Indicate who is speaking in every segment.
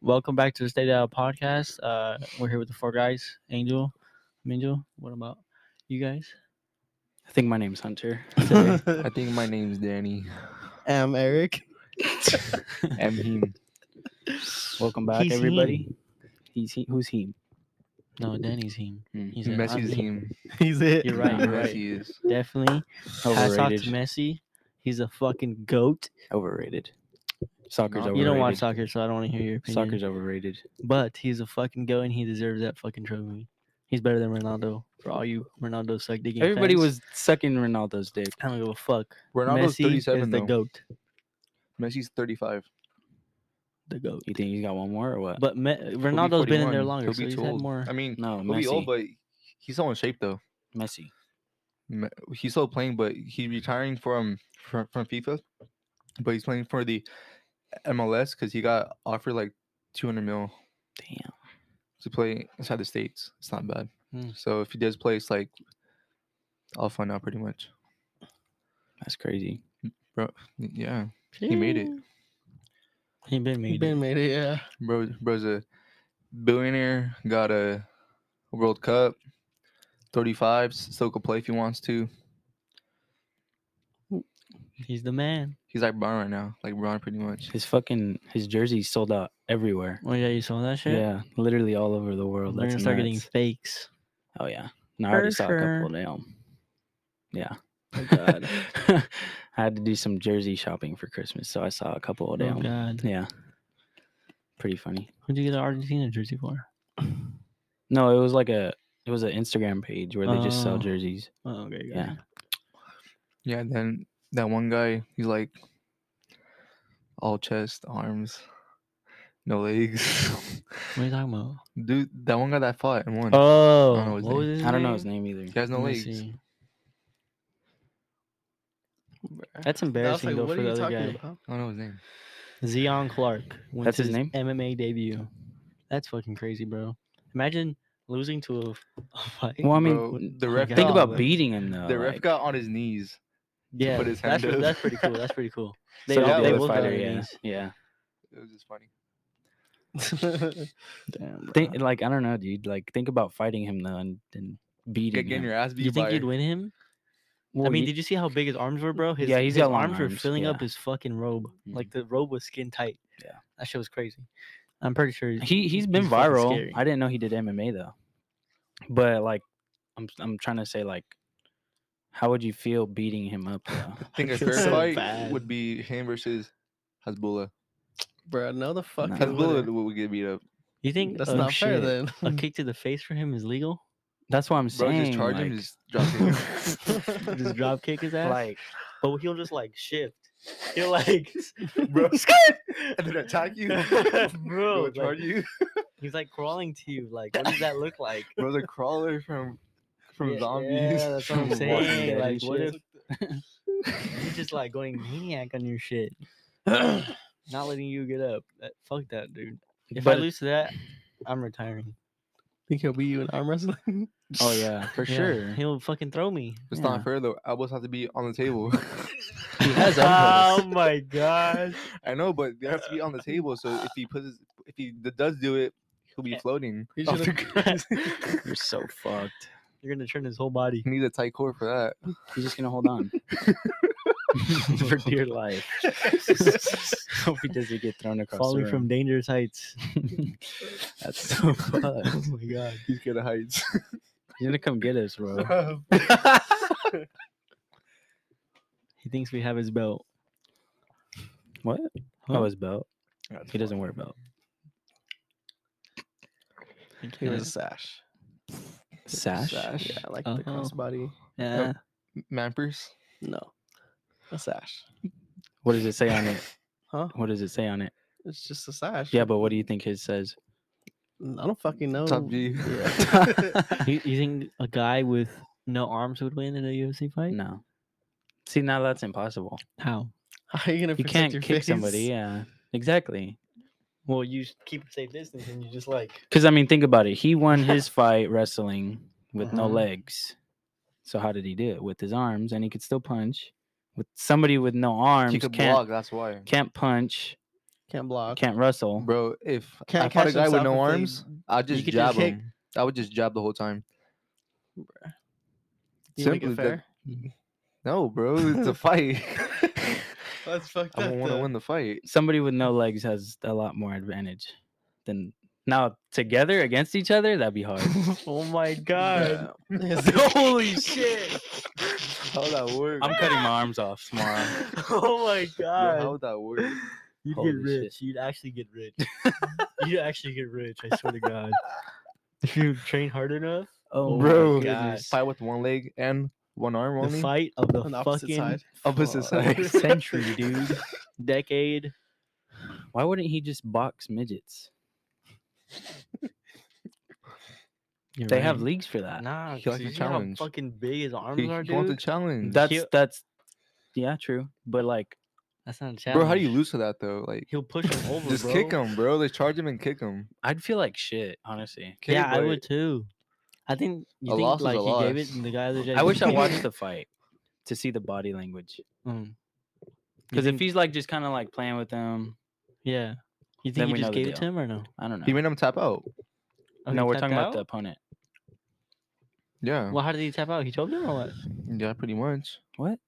Speaker 1: Welcome back to the State Out podcast. Uh, we're here with the four guys. Angel, I'm Angel. What about you guys?
Speaker 2: I think my name's Hunter.
Speaker 3: Sorry, I think my name's Danny.
Speaker 4: am Eric.
Speaker 3: I'm him.
Speaker 2: Welcome back,
Speaker 1: He's
Speaker 2: everybody. He's he, who's he?
Speaker 1: No, Danny's him.
Speaker 2: Mm.
Speaker 1: He's a- I'm
Speaker 3: Messi's
Speaker 1: him.
Speaker 3: him.
Speaker 4: He's it.
Speaker 1: You're right.
Speaker 2: You're
Speaker 1: You're right.
Speaker 3: Messi is.
Speaker 1: Definitely. Hats off to
Speaker 2: Overrated.
Speaker 1: Messi. He's a fucking goat.
Speaker 2: Overrated. Soccer's
Speaker 3: No,
Speaker 2: overrated.
Speaker 1: You don't watch soccer, so I don't want to hear your opinion.
Speaker 2: Soccer's overrated.
Speaker 1: But he's a fucking goat, and he deserves that fucking trophy. He's better than Ronaldo. For all you Ronaldo suck digging
Speaker 2: Everybody
Speaker 1: fans,
Speaker 2: was sucking Ronaldo's dick.
Speaker 1: I don't give a fuck.
Speaker 3: Ronaldo's
Speaker 1: Messi is
Speaker 3: 37
Speaker 1: the
Speaker 3: though.
Speaker 1: goat.
Speaker 3: Messi's 35.
Speaker 1: The goat.
Speaker 2: You think he's got one more or what?
Speaker 1: But Me-
Speaker 3: He'll be
Speaker 1: Ronaldo's been in
Speaker 3: 41.
Speaker 1: there longer,
Speaker 3: He'll
Speaker 1: so
Speaker 3: be
Speaker 1: he's
Speaker 3: too
Speaker 1: had
Speaker 3: old.
Speaker 1: more.
Speaker 3: I mean,
Speaker 2: no,
Speaker 3: he'll
Speaker 2: Messi.
Speaker 3: be old, but he's still in shape though.
Speaker 2: Messi.
Speaker 3: Me- He's still playing, but he's retiring from from, from FIFA. But he's playing for the MLS because he got offered like 200 mil
Speaker 2: Damn.
Speaker 3: to play inside the states. It's not bad.
Speaker 1: Mm.
Speaker 3: So if he does play, it's like I'll find out pretty much.
Speaker 2: That's crazy.
Speaker 3: Y- Yeah, he made it.
Speaker 1: Mm. He been made.
Speaker 4: He
Speaker 1: it.
Speaker 4: been made it. Yeah.
Speaker 3: bro. Bro's a billionaire. Got a World Cup. 35. s- Still could play if he wants to.
Speaker 1: He's the man.
Speaker 3: He's like Bron right now. Like Bron, pretty much.
Speaker 2: His fucking his jersey sold out everywhere.
Speaker 1: Oh yeah, you saw that shit.
Speaker 2: Yeah, literally all over the
Speaker 1: We're
Speaker 2: world.
Speaker 1: gonna
Speaker 2: That's
Speaker 1: start getting
Speaker 2: nuts.
Speaker 1: fakes.
Speaker 2: Oh yeah. No, I already
Speaker 1: For
Speaker 2: saw
Speaker 1: sure.
Speaker 2: a couple. Damn. Yeah.
Speaker 1: Oh god.
Speaker 2: I had to do some jersey shopping for Christmas, so I saw a couple. Damn.
Speaker 1: oh god.
Speaker 2: Yeah. Pretty funny.
Speaker 1: Who'd you get the Argentina jersey for?
Speaker 2: No, it was like a it was an Instagram page where they just
Speaker 1: Oh.
Speaker 2: sell jerseys.
Speaker 1: Oh okay.
Speaker 2: Yeah.
Speaker 1: gotcha.
Speaker 3: Yeah. And then that one guy. He's like all chest, arms, no legs.
Speaker 1: What are you talking about?
Speaker 3: Dude, that one guy that fought and won.
Speaker 1: Oh,
Speaker 3: know his name.
Speaker 1: his
Speaker 2: I don't know his name either.
Speaker 3: he has no
Speaker 1: Let me
Speaker 3: legs.
Speaker 1: see.
Speaker 3: Bruh,
Speaker 1: That's embarrassing though for the other guy.
Speaker 4: about?
Speaker 3: I don't know his name.
Speaker 1: Zion Clark. wins
Speaker 2: That's his name?
Speaker 1: MMA debut. That's fucking crazy, bro. Imagine losing to a, a fight.
Speaker 2: Well, I mean,
Speaker 3: Bro,
Speaker 2: w-
Speaker 3: the ref.
Speaker 1: God.
Speaker 2: think
Speaker 3: got-
Speaker 2: about
Speaker 1: but-
Speaker 2: beating him though.
Speaker 1: Oh,
Speaker 3: The ref
Speaker 2: like,
Speaker 3: got on his knees.
Speaker 1: yeah,
Speaker 3: put his
Speaker 1: that's,
Speaker 3: hand
Speaker 1: pre-
Speaker 3: up.
Speaker 1: that's pretty cool. That's pretty cool. They
Speaker 2: so did
Speaker 1: all
Speaker 2: the
Speaker 1: they
Speaker 2: other
Speaker 1: both got
Speaker 2: fighter,
Speaker 1: their
Speaker 2: yeah,
Speaker 1: knees.
Speaker 2: yeah.
Speaker 3: It was just funny.
Speaker 1: Damn,
Speaker 2: Think like I don't know, dude. Like think about fighting him though and, and beating
Speaker 3: Get, getting
Speaker 2: him.
Speaker 3: your ass beat
Speaker 1: you think
Speaker 3: by
Speaker 1: you'd win him? I mean, did you see how big his arms were, bro? His,
Speaker 2: Yeah, he's
Speaker 1: his
Speaker 2: got long
Speaker 1: arms, were
Speaker 2: arms,
Speaker 1: filling up
Speaker 2: yeah. Mm.
Speaker 1: his fucking robe. Like the robe was skin tight.
Speaker 2: Yeah.
Speaker 1: that shit was crazy. I'm pretty sure
Speaker 2: he he's been
Speaker 1: he's fucking
Speaker 2: viral.
Speaker 1: scary.
Speaker 2: I didn't know he did MMA though. But like, I'm I'm trying to say like, how would you feel beating him up though?
Speaker 3: I think a
Speaker 4: feel
Speaker 3: fair
Speaker 4: so
Speaker 3: fight
Speaker 4: bad.
Speaker 3: would be him versus Hezbollah.
Speaker 4: Bro, no, the fuck.
Speaker 2: Nah.
Speaker 4: you
Speaker 3: Hezbollah
Speaker 4: wouldn't.
Speaker 3: would get beat up.
Speaker 1: You think
Speaker 4: That's
Speaker 1: oh,
Speaker 4: not fair
Speaker 1: shit,
Speaker 4: then.
Speaker 1: A kick to the face for him is legal.
Speaker 2: That's what I'm
Speaker 3: Bro,
Speaker 2: saying.
Speaker 3: just charge him,
Speaker 2: like-
Speaker 3: just drop him.
Speaker 1: Just drop kick his ass.
Speaker 2: like
Speaker 1: but he'll just like shift. He'll like,
Speaker 3: Bro,
Speaker 1: skirt,
Speaker 3: and then attack you.
Speaker 1: bro.
Speaker 3: He'll charge
Speaker 1: like,
Speaker 3: you.
Speaker 1: He's like crawling to you. Like, what does that look like?
Speaker 3: Bro, the crawler from from
Speaker 1: Yeah,
Speaker 3: zombies.
Speaker 1: Yeah, that's what
Speaker 3: from
Speaker 1: I'm
Speaker 3: Walking
Speaker 1: saying.
Speaker 3: Dead
Speaker 1: Like,
Speaker 3: and
Speaker 1: what
Speaker 3: shit.
Speaker 1: if he's just like going maniac on your shit, not letting you get up? That, fuck that, dude. If I
Speaker 2: But-
Speaker 1: lose to that, I'm retiring.
Speaker 4: Think he'll beat you in arm wrestling?
Speaker 2: oh yeah, for
Speaker 1: Yeah,
Speaker 2: sure.
Speaker 1: he'll fucking throw me.
Speaker 3: It's
Speaker 2: Yeah.
Speaker 3: not fair though. Elbows have to be on the table.
Speaker 2: He has
Speaker 1: oh
Speaker 2: elbows.
Speaker 1: my gosh.
Speaker 3: I know, but they have to be on the table. So if he puts, his, if he d- does do it, he'll be floating. Oh,
Speaker 4: He
Speaker 3: off the
Speaker 4: should've-
Speaker 3: ground.
Speaker 2: You're so fucked.
Speaker 1: You're gonna turn his whole body.
Speaker 3: he needs a tight core for that.
Speaker 2: He's just gonna hold on for dear life. Hope he doesn't get thrown across
Speaker 1: Falling
Speaker 2: the
Speaker 1: from
Speaker 2: room.
Speaker 1: dangerous heights.
Speaker 2: That's so fucked.
Speaker 1: oh my god.
Speaker 3: He's scared of heights.
Speaker 2: He's gonna come get us, bro.
Speaker 1: He thinks we have his belt.
Speaker 2: What?
Speaker 1: Huh?
Speaker 2: Oh, his belt. He doesn't wear a belt.
Speaker 4: He was a sash.
Speaker 2: Sash.
Speaker 4: Sash. Yeah, like
Speaker 1: Uh-huh.
Speaker 4: the crossbody.
Speaker 1: Yeah.
Speaker 3: Mampers.
Speaker 4: No, a sash.
Speaker 2: What does it say on it?
Speaker 4: Huh?
Speaker 2: What does it say on it?
Speaker 4: It's just a sash.
Speaker 2: Yeah, but what do you think his says?
Speaker 4: I don't fucking know.
Speaker 3: Top G.
Speaker 1: you, you think a guy with no arms would win in a UFC fight?
Speaker 2: No. See, now that's impossible.
Speaker 1: How?
Speaker 4: How are you gonna?
Speaker 2: You
Speaker 4: protect
Speaker 2: can't
Speaker 4: your
Speaker 2: kick
Speaker 4: face?
Speaker 2: somebody. Yeah, exactly.
Speaker 1: Well, you s- keep a safe distance and you just like.
Speaker 2: Because I mean, think about it. He won his fight wrestling with no
Speaker 1: Mhm.
Speaker 2: legs. So how did he do it? With his arms, and he could still punch. With somebody with no arms
Speaker 3: He could
Speaker 2: can't
Speaker 3: block. That's why.
Speaker 2: can't punch.
Speaker 4: Can't block.
Speaker 2: Can't wrestle.
Speaker 3: bro. If I
Speaker 4: Can't
Speaker 3: fought a
Speaker 4: catch
Speaker 3: guy with
Speaker 4: himself
Speaker 3: no
Speaker 4: if they-
Speaker 3: arms, I'd just
Speaker 4: could
Speaker 3: jab
Speaker 4: just kick.
Speaker 3: him. I would just jab the whole time.
Speaker 4: You make
Speaker 3: Simply that-
Speaker 4: it fair.
Speaker 3: No, bro, it's a fight.
Speaker 4: That's fucked
Speaker 3: I
Speaker 4: up.
Speaker 3: don't want to
Speaker 4: though.
Speaker 3: win the fight.
Speaker 2: Somebody with no legs has a lot more advantage than now together against each other. That'd be hard.
Speaker 1: Oh my god.
Speaker 4: Yeah.
Speaker 2: Holy shit!
Speaker 3: How that work?
Speaker 2: I'm cutting my arms off tomorrow.
Speaker 1: Oh my god.
Speaker 3: how that work?
Speaker 1: You'd
Speaker 2: Holy
Speaker 1: get
Speaker 2: shit.
Speaker 1: rich. You'd actually get rich. You'd actually get rich. I swear to God. If you train hard enough,
Speaker 2: Oh, my
Speaker 3: Bro.
Speaker 2: goodness.
Speaker 3: Fight with one leg and one arm
Speaker 1: the
Speaker 3: only.
Speaker 1: fight of the
Speaker 4: On the opposite
Speaker 1: fucking
Speaker 4: side.
Speaker 3: Opposite
Speaker 1: fuck,
Speaker 3: side.
Speaker 1: century, dude, decade.
Speaker 2: Why wouldn't he just box midgets?
Speaker 1: You're
Speaker 2: They have
Speaker 1: right.
Speaker 2: leagues for that.
Speaker 1: Nah,
Speaker 3: He likes
Speaker 1: 'cause
Speaker 3: the
Speaker 1: you know how
Speaker 3: challenge.
Speaker 1: fucking big his arms
Speaker 3: He,
Speaker 1: are,
Speaker 3: he wants a
Speaker 1: dude.
Speaker 3: challenge.
Speaker 2: That's
Speaker 1: He'll-
Speaker 2: that's yeah, true. But like,
Speaker 1: That's not a challenge,
Speaker 3: bro, how do you lose to that though? Like,
Speaker 1: He'll push him over,
Speaker 3: just
Speaker 1: bro.
Speaker 3: kick him, bro. They charge him and kick him.
Speaker 2: I'd feel like shit, honestly.
Speaker 3: Kick,
Speaker 1: yeah, I
Speaker 3: but-
Speaker 1: would too. I think you
Speaker 3: A
Speaker 1: think
Speaker 3: loss is a
Speaker 1: like he gave it,
Speaker 3: loss.
Speaker 1: and the guy the
Speaker 2: I wish I watched the fight to see the body language.
Speaker 1: Um,
Speaker 2: Because if he's like just kind of like playing with them,
Speaker 1: yeah, you
Speaker 2: Then
Speaker 1: think
Speaker 2: we
Speaker 1: he
Speaker 2: know
Speaker 1: just
Speaker 2: the
Speaker 1: gave it to
Speaker 2: deal.
Speaker 1: him or no?
Speaker 2: I don't know.
Speaker 3: He made him tap out.
Speaker 1: Oh,
Speaker 2: no,
Speaker 1: he
Speaker 2: we're
Speaker 1: tapped
Speaker 2: talking about
Speaker 1: out?
Speaker 2: the opponent.
Speaker 3: Yeah.
Speaker 1: Well, how did he tap out? He choked him or what?
Speaker 3: Yeah, pretty much.
Speaker 2: What?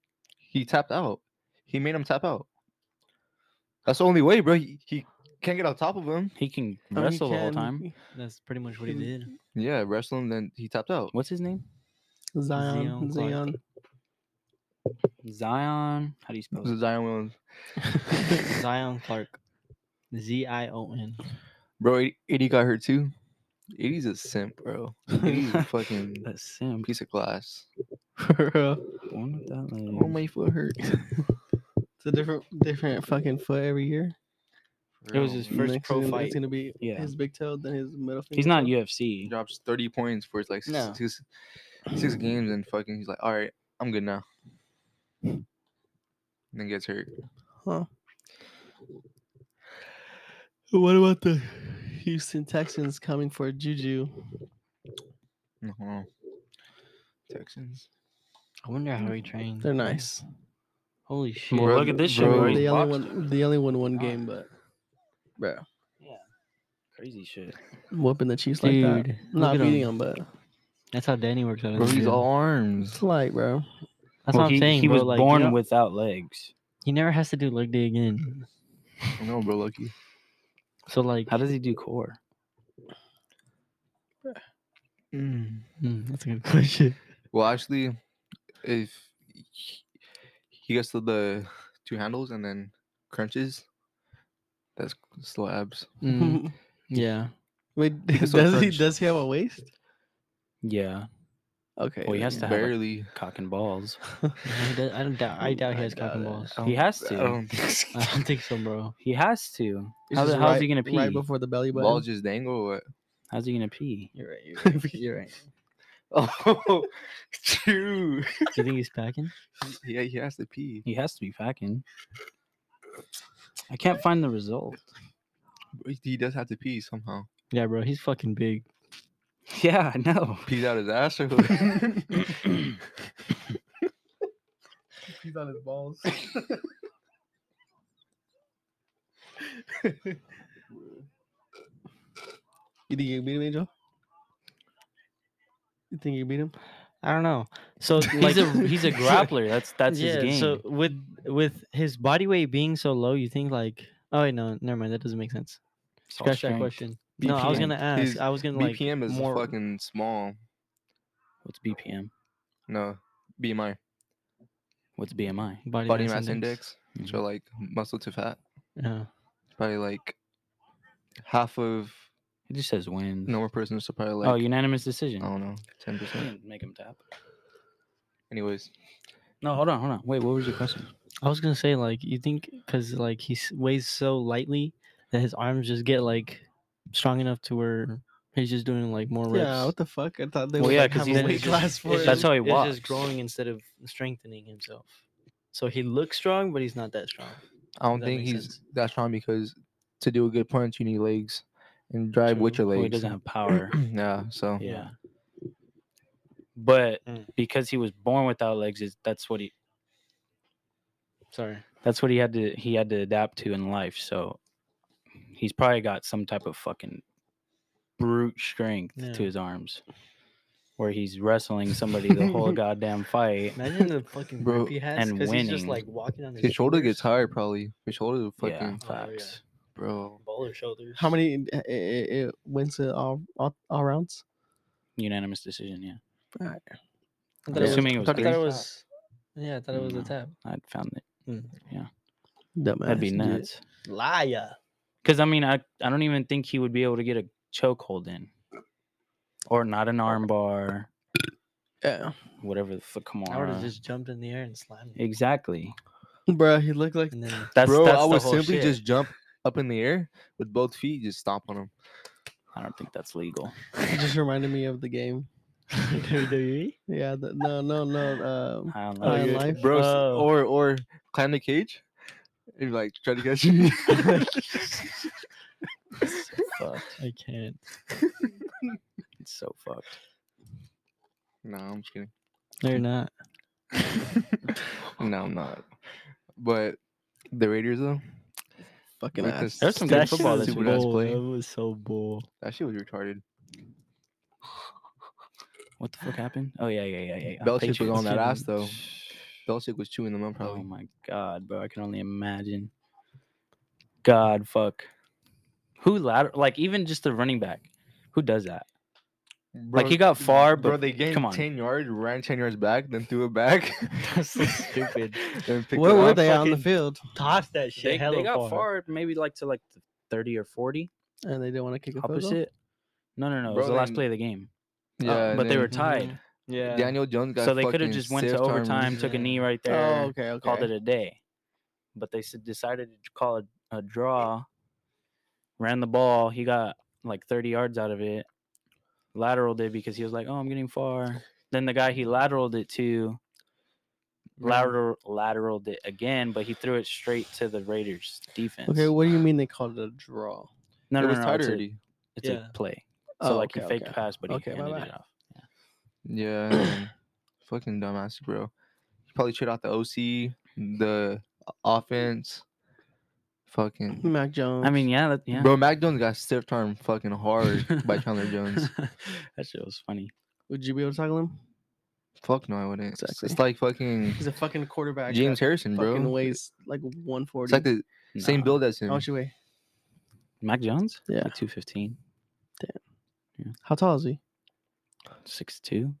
Speaker 3: He tapped out. He made him tap out. That's the only way, bro. He, he can't get on top of him.
Speaker 2: He can
Speaker 4: I mean, you
Speaker 2: wrestle the whole
Speaker 4: can-
Speaker 2: time.
Speaker 1: That's pretty much what he
Speaker 4: He-
Speaker 1: did.
Speaker 3: Yeah, wrestle him, then he tapped out.
Speaker 2: What's his name?
Speaker 4: Zion.
Speaker 1: Zion Clark.
Speaker 4: Zion.
Speaker 2: Zion. How do you spell it?
Speaker 3: Zion Williams.
Speaker 1: Zion Clark. Z I O N.
Speaker 3: Bro, Ed- Eddie got hurt too. Eddie's a simp, bro. Eddie's a fucking
Speaker 2: That's Sam.
Speaker 3: piece of glass.
Speaker 4: it's
Speaker 2: Born with that leg.
Speaker 3: Oh, my foot hurt.
Speaker 4: a different different fucking foot every year.
Speaker 1: It was his
Speaker 3: Bro,
Speaker 1: first
Speaker 4: Next
Speaker 1: pro
Speaker 4: season,
Speaker 1: fight.
Speaker 4: It's gonna be
Speaker 2: Yeah.
Speaker 4: his big toe, then his middle finger.
Speaker 2: He's not
Speaker 4: toe.
Speaker 3: He
Speaker 2: UFC.
Speaker 3: drops 30 points for his like
Speaker 1: No.
Speaker 3: six, six, six games and fucking he's like, all right, I'm good now. And then gets hurt.
Speaker 4: What about the Houston Texans coming for Juju?
Speaker 3: No. Texans.
Speaker 1: I wonder how he trained.
Speaker 4: They're nice.
Speaker 1: Holy shit.
Speaker 2: Well, look at this shit.
Speaker 3: Bro,
Speaker 2: Bro.
Speaker 3: he's
Speaker 4: They only
Speaker 3: boxed.
Speaker 4: won. They only won one game, but bro,
Speaker 2: Crazy shit.
Speaker 4: whooping the Chiefs
Speaker 1: Dude,
Speaker 4: like that.
Speaker 1: look
Speaker 4: Not
Speaker 1: at
Speaker 4: beating
Speaker 1: him.
Speaker 4: them, but
Speaker 1: That's how Danny works out. in
Speaker 3: Bro,
Speaker 1: the
Speaker 3: he's
Speaker 1: gym.
Speaker 3: all arms.
Speaker 4: it's light, bro.
Speaker 1: That's what I'm
Speaker 2: he,
Speaker 1: saying.
Speaker 2: He
Speaker 1: bro.
Speaker 2: was
Speaker 1: like,
Speaker 2: born
Speaker 1: you know-
Speaker 2: without legs.
Speaker 1: He never has to do leg day again.
Speaker 3: No, bro, lucky.
Speaker 1: So like,
Speaker 2: How does he do core?
Speaker 1: mm, that's a good question.
Speaker 3: Well, actually, if he- he gets to the two handles and then crunches, that's slow abs.
Speaker 4: Mm-hmm.
Speaker 1: Mm,
Speaker 2: Hmm.
Speaker 1: yeah.
Speaker 4: Wait,
Speaker 3: Because
Speaker 4: does
Speaker 3: of
Speaker 4: he
Speaker 3: crunch.
Speaker 4: does he have a waist?
Speaker 2: Yeah.
Speaker 4: Okay.
Speaker 2: Well, he has to have like,
Speaker 3: Barely.
Speaker 2: cock and balls.
Speaker 1: He does- I don't doubt. I doubt he has cock
Speaker 4: doubt
Speaker 1: and
Speaker 4: it.
Speaker 1: balls.
Speaker 2: He has
Speaker 3: I
Speaker 2: to.
Speaker 4: oh.
Speaker 3: don't think so.
Speaker 1: I don't think so, bro.
Speaker 2: He has to.
Speaker 4: It's
Speaker 2: How,
Speaker 4: just
Speaker 2: the, how's
Speaker 4: right-
Speaker 2: he gonna pee?
Speaker 4: Right before the belly button.
Speaker 3: Balls just dangle or what?
Speaker 2: How's he gonna pee?
Speaker 1: You're right. You're right. You're right.
Speaker 3: Oh, true.
Speaker 1: Do you think he's packing?
Speaker 3: Yeah, he has to pee.
Speaker 2: He has to be packing. I can't find the result.
Speaker 3: But He does have to pee somehow.
Speaker 1: Yeah, bro. He's fucking big.
Speaker 2: Yeah, I know.
Speaker 3: Pees out his ass or what?
Speaker 4: He's on his balls. you think you can beat him, Angel? You think you can beat him?
Speaker 1: I don't know. So
Speaker 2: he's a he's a grappler. That's that's his game.
Speaker 1: So with with his body weight being so low, you think like oh wait no, never mind, that doesn't make sense.
Speaker 2: It's all
Speaker 1: Scratch that
Speaker 2: strength.
Speaker 1: question. No, I was
Speaker 2: BPM.
Speaker 1: gonna ask.
Speaker 3: His
Speaker 1: I was gonna like
Speaker 3: BPM is
Speaker 1: more.
Speaker 3: fucking small.
Speaker 2: What's BPM?
Speaker 3: No, BMI,
Speaker 2: What's BMI?
Speaker 1: body,
Speaker 3: body mass index.
Speaker 2: Mhm.
Speaker 3: So like muscle to fat,
Speaker 1: Yeah.
Speaker 3: probably like half of
Speaker 2: It just says wins.
Speaker 3: normal person. So probably like
Speaker 2: oh, unanimous decision.
Speaker 3: I don't know, ten
Speaker 2: You
Speaker 3: percent.
Speaker 2: didn't make him tap.
Speaker 3: Anyways,
Speaker 2: No, hold on, hold on. Wait, what was your question?
Speaker 1: I was gonna say like you think because like he s- weighs so lightly that his arms just get like strong enough to where he's just doing like more reps.
Speaker 4: Yeah, what the fuck? I thought they
Speaker 2: Well,
Speaker 4: would
Speaker 2: yeah,
Speaker 4: like,
Speaker 2: 'cause
Speaker 4: have
Speaker 2: he's
Speaker 4: a
Speaker 2: in-
Speaker 4: weight
Speaker 2: it's just-
Speaker 4: class for
Speaker 1: it's
Speaker 4: it.
Speaker 2: That's how he
Speaker 1: it's
Speaker 2: walks.
Speaker 1: just growing instead of strengthening himself. So he looks strong, but he's not that strong.
Speaker 2: Uh-huh.
Speaker 3: I don't
Speaker 1: That
Speaker 3: think
Speaker 1: makes
Speaker 3: he's
Speaker 1: sense.
Speaker 3: that strong because to do a good punch, you need legs and drive with
Speaker 1: True.
Speaker 3: your
Speaker 2: Well, he
Speaker 3: legs.
Speaker 2: doesn't have power.
Speaker 3: yeah, so
Speaker 2: yeah. But
Speaker 1: Mm.
Speaker 2: because he was born without legs, is that's what he
Speaker 1: Sorry.
Speaker 2: that's what he had to he had to adapt to in life. So He's probably got some type of fucking brute strength
Speaker 1: Yeah.
Speaker 2: to his arms, where he's wrestling somebody the whole goddamn fight.
Speaker 1: Imagine the fucking
Speaker 3: Bro,
Speaker 1: grip he has
Speaker 2: and
Speaker 1: because he's just
Speaker 2: winning.
Speaker 1: like walking on his,
Speaker 3: His shoulder
Speaker 1: shoulders.
Speaker 3: gets tired, probably. His shoulder would fucking
Speaker 2: Yeah,
Speaker 1: Oh, yeah.
Speaker 2: facts.
Speaker 3: bro.
Speaker 1: Baller shoulders.
Speaker 4: How many it, it, it wins it all, all all rounds?
Speaker 2: Unanimous decision. Yeah,
Speaker 1: I
Speaker 2: I'm
Speaker 1: thought it was-
Speaker 2: assuming it was.
Speaker 1: I thought
Speaker 2: three.
Speaker 1: it was. Yeah, I thought it was
Speaker 2: No.
Speaker 1: a tap.
Speaker 2: I'd found it.
Speaker 4: Dumbass,
Speaker 2: That'd be
Speaker 4: dude.
Speaker 2: nuts.
Speaker 1: Liar.
Speaker 2: Because I mean, I I don't even think he would be able to get a chokehold in, or not an arm bar,
Speaker 4: Yeah,
Speaker 2: whatever the fuck.
Speaker 1: I would have
Speaker 2: Kamara.
Speaker 1: just jumped in the air and slammed him.
Speaker 2: Exactly.
Speaker 4: bro. He looked like
Speaker 1: And then
Speaker 2: That's
Speaker 3: bro,
Speaker 2: That's
Speaker 3: I
Speaker 2: the
Speaker 3: would
Speaker 2: whole
Speaker 3: simply
Speaker 2: shit.
Speaker 3: just jump up in the air with both feet, just stomp on him.
Speaker 2: I don't think that's legal.
Speaker 4: it just reminded me of the game.
Speaker 1: WWE.
Speaker 4: Yeah, the, no, no, no. Um,
Speaker 2: I don't
Speaker 4: Uh,
Speaker 2: know.
Speaker 4: life-
Speaker 3: bro, s-
Speaker 1: Oh.
Speaker 3: or or climb the cage. And like try to catch me.
Speaker 2: It's so fucked.
Speaker 1: I can't.
Speaker 2: It's so fucked.
Speaker 3: no, I'm just kidding.
Speaker 1: They're not.
Speaker 3: no, I'm not. But the Raiders though,
Speaker 4: fucking
Speaker 3: with
Speaker 4: ass.
Speaker 3: the
Speaker 2: There's some
Speaker 3: stupid
Speaker 2: good football
Speaker 3: stupid
Speaker 2: this
Speaker 3: ass
Speaker 2: week.
Speaker 1: bull.
Speaker 3: play,
Speaker 1: That was so bull.
Speaker 3: That shit was retarded.
Speaker 2: What the fuck happened? Oh yeah, yeah, yeah, yeah. yeah.
Speaker 3: Belichick was on that ass
Speaker 2: fucking-
Speaker 3: though. Belichick was chewing them up
Speaker 2: Oh
Speaker 3: probably.
Speaker 2: my god, bro! I can only imagine. God, fuck. Who lateral? Like even just the running back, who does that? like he got far, but
Speaker 3: bro, they gained
Speaker 2: come on.
Speaker 3: ten yards, ran ten yards back, then threw it back.
Speaker 2: That's so stupid.
Speaker 3: then picked
Speaker 4: Where
Speaker 3: it
Speaker 4: were
Speaker 3: up.
Speaker 4: they on the
Speaker 1: fucking-
Speaker 4: field?
Speaker 1: Toss that shit.
Speaker 2: they,
Speaker 1: hella
Speaker 2: they got far.
Speaker 1: far.
Speaker 2: maybe like to like the thirty or forty.
Speaker 4: And they didn't want to kick a field goal?
Speaker 2: Opposite. No, no, no. it
Speaker 3: Bro,
Speaker 2: was the last
Speaker 3: then-
Speaker 2: play of the game.
Speaker 3: Yeah, and
Speaker 2: Uh, but they
Speaker 3: then
Speaker 2: were tied,
Speaker 1: Mhm. Yeah.
Speaker 3: Daniel Jones got
Speaker 2: so they could have
Speaker 3: fucking
Speaker 2: just went to
Speaker 3: stiff-armed.
Speaker 2: overtime, took a
Speaker 1: Yeah.
Speaker 2: knee right there,
Speaker 4: Oh, okay, okay.
Speaker 2: called it a day. But they s- decided to call it a draw. Ran the ball. He got like thirty yards out of it. Lateral did because he was like, "Oh, I'm getting far." Then the guy he lateraled it to, lateral lateraled it again, but he threw it straight to the Raiders defense.
Speaker 4: Okay, what do you mean they called it a draw?
Speaker 2: no,
Speaker 3: it
Speaker 2: no,
Speaker 3: was
Speaker 2: no,
Speaker 3: tied
Speaker 2: it's a-
Speaker 3: already.
Speaker 2: it's
Speaker 1: Yeah.
Speaker 2: a play. So
Speaker 4: Oh,
Speaker 2: like he
Speaker 4: okay,
Speaker 2: faked
Speaker 4: okay.
Speaker 2: pass, but he
Speaker 4: Okay, my
Speaker 2: handed
Speaker 4: bad.
Speaker 2: it off.
Speaker 3: Yeah, man. fucking dumbass, bro. He probably chewed out the OC, the offense. Fucking
Speaker 4: Mac Jones.
Speaker 2: I mean, yeah, that, yeah.
Speaker 3: bro, Mac Jones got stiff arm fucking hard by Chandler Jones.
Speaker 2: that shit was funny.
Speaker 4: would you be able to tackle him?
Speaker 3: Fuck no, I wouldn't. It's- It's
Speaker 4: Exactly.
Speaker 3: like fucking
Speaker 4: He's a fucking quarterback.
Speaker 3: James
Speaker 4: that
Speaker 3: Harrison,
Speaker 4: fucking
Speaker 3: bro.
Speaker 4: weighs like Oh, 140.
Speaker 3: It's like the same
Speaker 2: Nah.
Speaker 3: build as
Speaker 4: How
Speaker 3: him.
Speaker 4: much you weigh?
Speaker 2: Mac Jones?
Speaker 4: Yeah.
Speaker 2: Like 215,
Speaker 4: How tall is he?
Speaker 2: 6'2.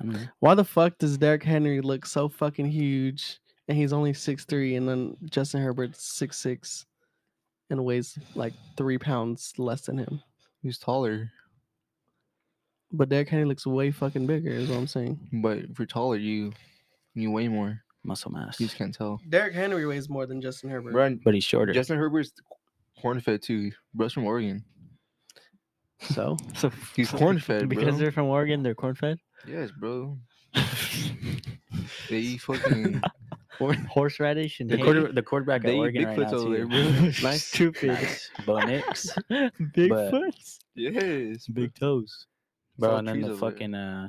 Speaker 2: I don't know.
Speaker 4: Why the fuck does Derrick Henry look so fucking huge and he's only 6'3 and then Justin Herbert's 6'6 and weighs like three pounds less than him?
Speaker 3: He's taller,
Speaker 4: But Derrick Henry looks way fucking bigger, is what I'm saying.
Speaker 3: but if you're taller, you you weigh more.
Speaker 2: Muscle mass.
Speaker 3: You just can't tell.
Speaker 4: Derrick Henry weighs more than Justin Herbert.
Speaker 3: Bro, and
Speaker 2: but he's shorter.
Speaker 3: Justin Herbert's corn fed too. Bro's from Oregon.
Speaker 4: So,
Speaker 1: So
Speaker 3: He's corn fed,
Speaker 1: because
Speaker 3: bro.
Speaker 1: they're from Oregon. They're corn fed.
Speaker 3: Yes, bro. They eat fucking corn.
Speaker 1: Horseradish and
Speaker 2: the,
Speaker 1: hay.
Speaker 2: quarter, the quarterback at
Speaker 3: They eat
Speaker 2: Oregon right
Speaker 3: Bigfoots
Speaker 2: now,
Speaker 3: over there,
Speaker 2: too.
Speaker 3: bro.
Speaker 1: nice stupid.
Speaker 2: Nice. Bo Nix.
Speaker 1: Big
Speaker 2: But-
Speaker 1: foots.
Speaker 3: Yes. bro.
Speaker 1: Big toes.
Speaker 2: Bro,
Speaker 3: all
Speaker 2: and then
Speaker 3: trees
Speaker 2: the
Speaker 3: over there.
Speaker 2: fucking, uh,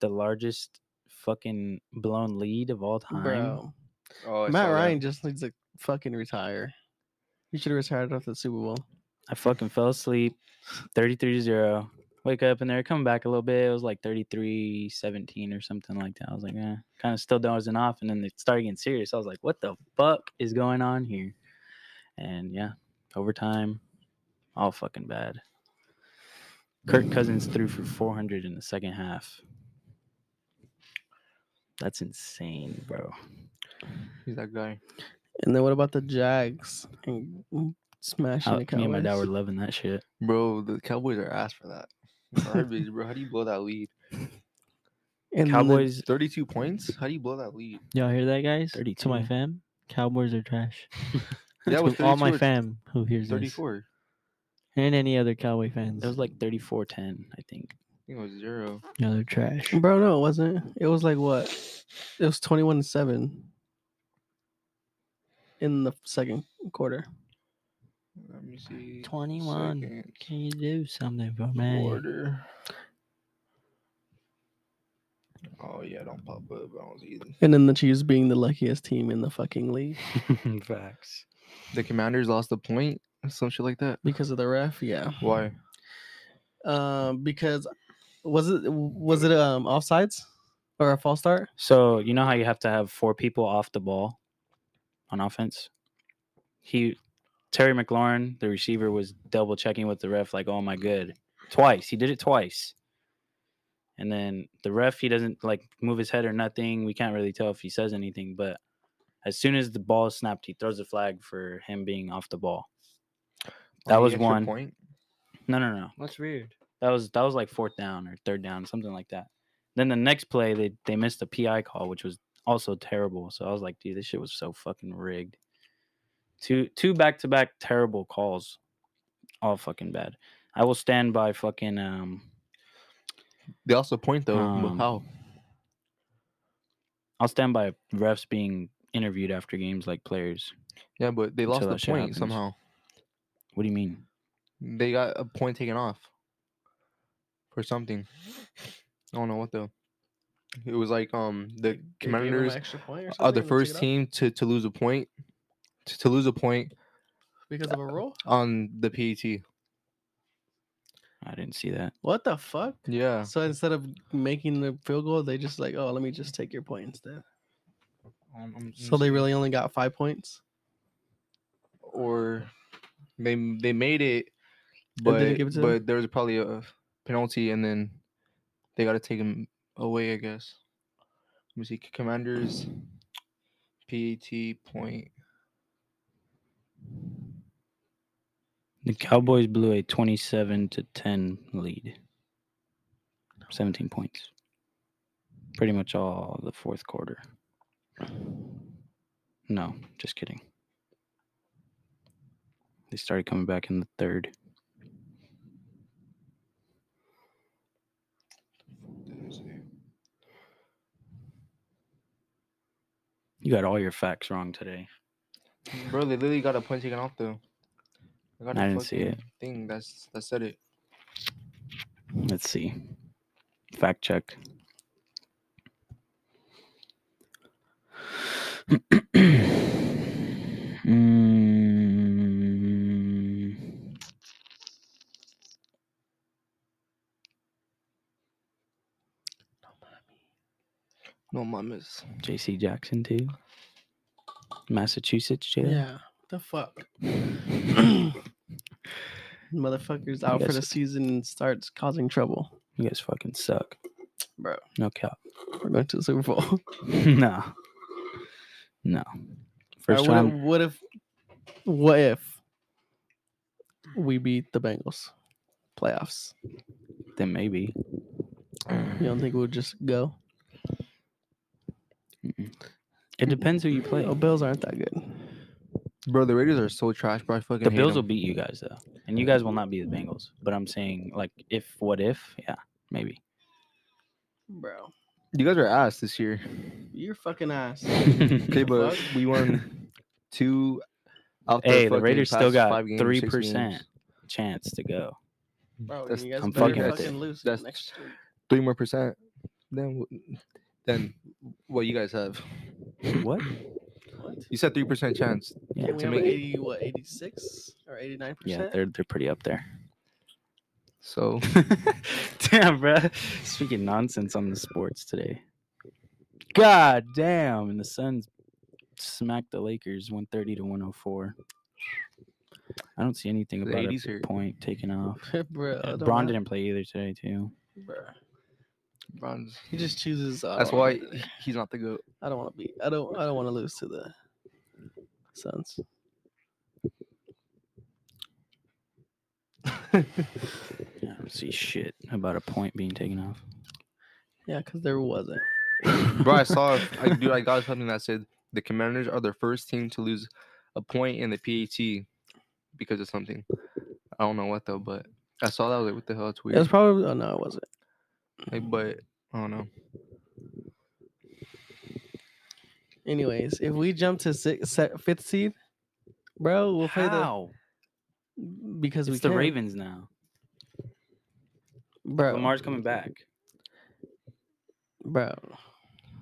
Speaker 2: the largest fucking blown lead of all time.
Speaker 4: bro,
Speaker 3: Oh, I
Speaker 4: Matt
Speaker 3: saw that.
Speaker 4: Ryan just needs to fucking retire. He should have retired after the Super Bowl.
Speaker 2: I fucking fell asleep 33 to 0. Wake up and they're coming back a little bit. It was like 33 17 or something like that. I was like, eh, kind of still dozing off. And then it started getting serious. I was like, what the fuck is going on here? And yeah, overtime, all fucking bad. Kirk Cousins threw for 400 in the second half. That's insane, bro.
Speaker 3: He's that guy.
Speaker 4: And then what about the Jags and mm, smashing
Speaker 2: How-
Speaker 4: the
Speaker 2: me and my dad
Speaker 4: Cowboys?
Speaker 2: were loving that shit.
Speaker 3: Bro, the Cowboys are ass for that. Garbage, bro. How do you blow that lead?
Speaker 4: And then the-
Speaker 2: Cowboys,
Speaker 3: 32 points? How do you blow that lead?
Speaker 1: Y'all hear that, guys? To my
Speaker 2: 32.
Speaker 1: fam, Cowboys are trash.
Speaker 3: That was
Speaker 1: to all my
Speaker 3: 32 or
Speaker 1: fam who hears this,
Speaker 3: 34.
Speaker 1: and any other Cowboy fans.
Speaker 2: it was like 34 10, I think.
Speaker 3: I think it was zero.
Speaker 1: Y'all are trash.
Speaker 4: Bro, no, it wasn't. It was like what? It was twenty-one to seven in the second quarter.
Speaker 3: Let me see.
Speaker 1: 21.
Speaker 3: Second
Speaker 1: Can you do something for me?
Speaker 3: Quarter. Oh, yeah, don't pop up. I don't see them.
Speaker 4: And then the Chiefs being the luckiest team in the fucking league.
Speaker 2: Facts.
Speaker 3: the Commanders lost the point, some shit like that.
Speaker 4: because of the ref. Yeah.
Speaker 3: Why?
Speaker 4: Um, because was it was it um offsides or a false start?
Speaker 2: So you know how you have to have four people off the ball on offense. He, Terry McLaurin, the receiver, was double checking with the ref, like, "Oh my good," twice. He did it twice. And then the ref, he doesn't like move his head or nothing. We can't really tell if he says anything. But as soon as the ball is snapped, he throws a flag for him being off the ball. That
Speaker 3: the
Speaker 2: was
Speaker 3: extra
Speaker 2: one.
Speaker 3: Point?
Speaker 2: No, no, no.
Speaker 1: That's weird.
Speaker 2: That was that was like fourth down or third down, something like that. Then the next play, they they missed a PI call, which was also terrible. So I was like, dude, this shit was so fucking rigged. Two two back to back terrible calls, all fucking bad. I will stand by fucking um.
Speaker 3: They also point though. but
Speaker 2: Um,
Speaker 3: how?
Speaker 2: I'll stand by refs being interviewed after games like players.
Speaker 3: Yeah, but they lost
Speaker 2: until
Speaker 3: the
Speaker 2: that shit
Speaker 3: point
Speaker 2: happens.
Speaker 3: somehow.
Speaker 2: What do you mean?
Speaker 3: They got a point taken off for something. I don't know what though. It was like um the Commanders are the first team to, to lose a point, to, to lose a point
Speaker 4: because of a rule.
Speaker 3: on the E PET.
Speaker 2: I didn't see that.
Speaker 4: What the fuck?
Speaker 3: Yeah,
Speaker 4: So instead of making the field goal, they just like, oh, let me just take your point instead. So
Speaker 2: Mm-hmm.
Speaker 4: they really only got five points.
Speaker 3: or they they made it,
Speaker 4: They
Speaker 3: but
Speaker 4: didn't give it to them?
Speaker 3: but there was probably a penalty, and then they got to take him away. I guess. Let me see, Commanders PET point.
Speaker 2: The Cowboys blew a twenty-seven to ten lead. Seventeen points. Pretty much all the fourth quarter. No, just kidding. They started coming back in the third. You got all your facts wrong today.
Speaker 3: Bro, they literally got a point taken off though. I, got a
Speaker 2: I didn't see it.
Speaker 3: fucking Thing that's that said it.
Speaker 2: Let's see. Fact check. Mm.
Speaker 3: No, mamas.
Speaker 2: JC Jackson too. Massachusetts jail.
Speaker 4: Yeah. What the fuck? Motherfuckers out for
Speaker 2: Yes.
Speaker 4: the season and starts causing trouble.
Speaker 2: You guys fucking suck.
Speaker 4: Bro.
Speaker 2: No cap.
Speaker 4: We're going to the Super Bowl.
Speaker 2: no. No. First
Speaker 4: Alright,
Speaker 2: time.
Speaker 4: what, if, what if what if we beat the Bengals playoffs?
Speaker 2: Then maybe.
Speaker 4: You don't think we'll just go?
Speaker 2: Mm-mm. It depends who you play.
Speaker 4: Oh, Bills aren't that good.
Speaker 3: Bro, the Raiders are so trash, bro. I fucking
Speaker 2: The
Speaker 3: hate
Speaker 2: Bills will
Speaker 3: 'em.
Speaker 2: beat you guys though, and you guys will not be the Bengals. But I'm saying, like, if what if? Yeah, maybe.
Speaker 4: Bro,
Speaker 3: You guys are ass this year.
Speaker 4: you're fucking ass.
Speaker 3: Okay,
Speaker 2: hey,
Speaker 3: but
Speaker 4: fuck?
Speaker 3: we won two out the
Speaker 2: the
Speaker 3: fucking
Speaker 2: Raiders still
Speaker 3: past
Speaker 2: got
Speaker 3: five games,
Speaker 2: three
Speaker 3: six
Speaker 2: percent
Speaker 3: games.
Speaker 2: chance to go.
Speaker 4: Bro,
Speaker 3: That's-
Speaker 4: you guys
Speaker 2: I'm
Speaker 4: better
Speaker 2: fucking
Speaker 4: fucking,
Speaker 2: with
Speaker 3: it.
Speaker 4: lose
Speaker 3: That's-
Speaker 4: next week.
Speaker 3: Three more percent than w- than what you guys have.
Speaker 2: what?
Speaker 4: What?
Speaker 3: You said three percent chance.
Speaker 2: Yeah,
Speaker 4: Yeah, we
Speaker 3: to
Speaker 4: have
Speaker 3: make
Speaker 4: like
Speaker 3: it.
Speaker 4: 80, what, 86 or 89
Speaker 2: yeah,
Speaker 4: percent?
Speaker 2: they're they're pretty up there.
Speaker 3: So
Speaker 2: damn, bro, speaking nonsense on the sports today. God damn, and the Suns smacked the Lakers 130 to 104. I don't see anything
Speaker 3: The
Speaker 2: about a
Speaker 3: 80s hurt.
Speaker 2: point taken off.
Speaker 4: bro,
Speaker 2: Yeah,
Speaker 4: don't
Speaker 2: Braun
Speaker 4: matter,
Speaker 2: didn't play either today too.
Speaker 4: Bro.
Speaker 3: Bron's,
Speaker 4: He just chooses. "Oh, I
Speaker 3: that's
Speaker 4: don't
Speaker 3: why
Speaker 4: wanna
Speaker 3: he- he's not the goat.
Speaker 4: I don't want to be. I don't. I don't want to lose to the Suns.
Speaker 2: I don't see shit about a point being taken off.
Speaker 4: Yeah, because there wasn't.
Speaker 3: Bro, I saw I dude, I got something that said the commanders are the first team to lose a point in the PAT because of something. I don't know what though, but I saw that I was like, what the hell? It's
Speaker 4: It was
Speaker 3: weird.
Speaker 4: probably. Oh no, it wasn't.
Speaker 3: Like, but I don't know.
Speaker 4: Anyways, if we jump to six, se fifth seed, bro, we'll play
Speaker 2: How?
Speaker 4: the because we
Speaker 2: It's the
Speaker 4: can.
Speaker 2: Ravens now.
Speaker 4: bro.
Speaker 2: Lamar's coming back.
Speaker 4: bro.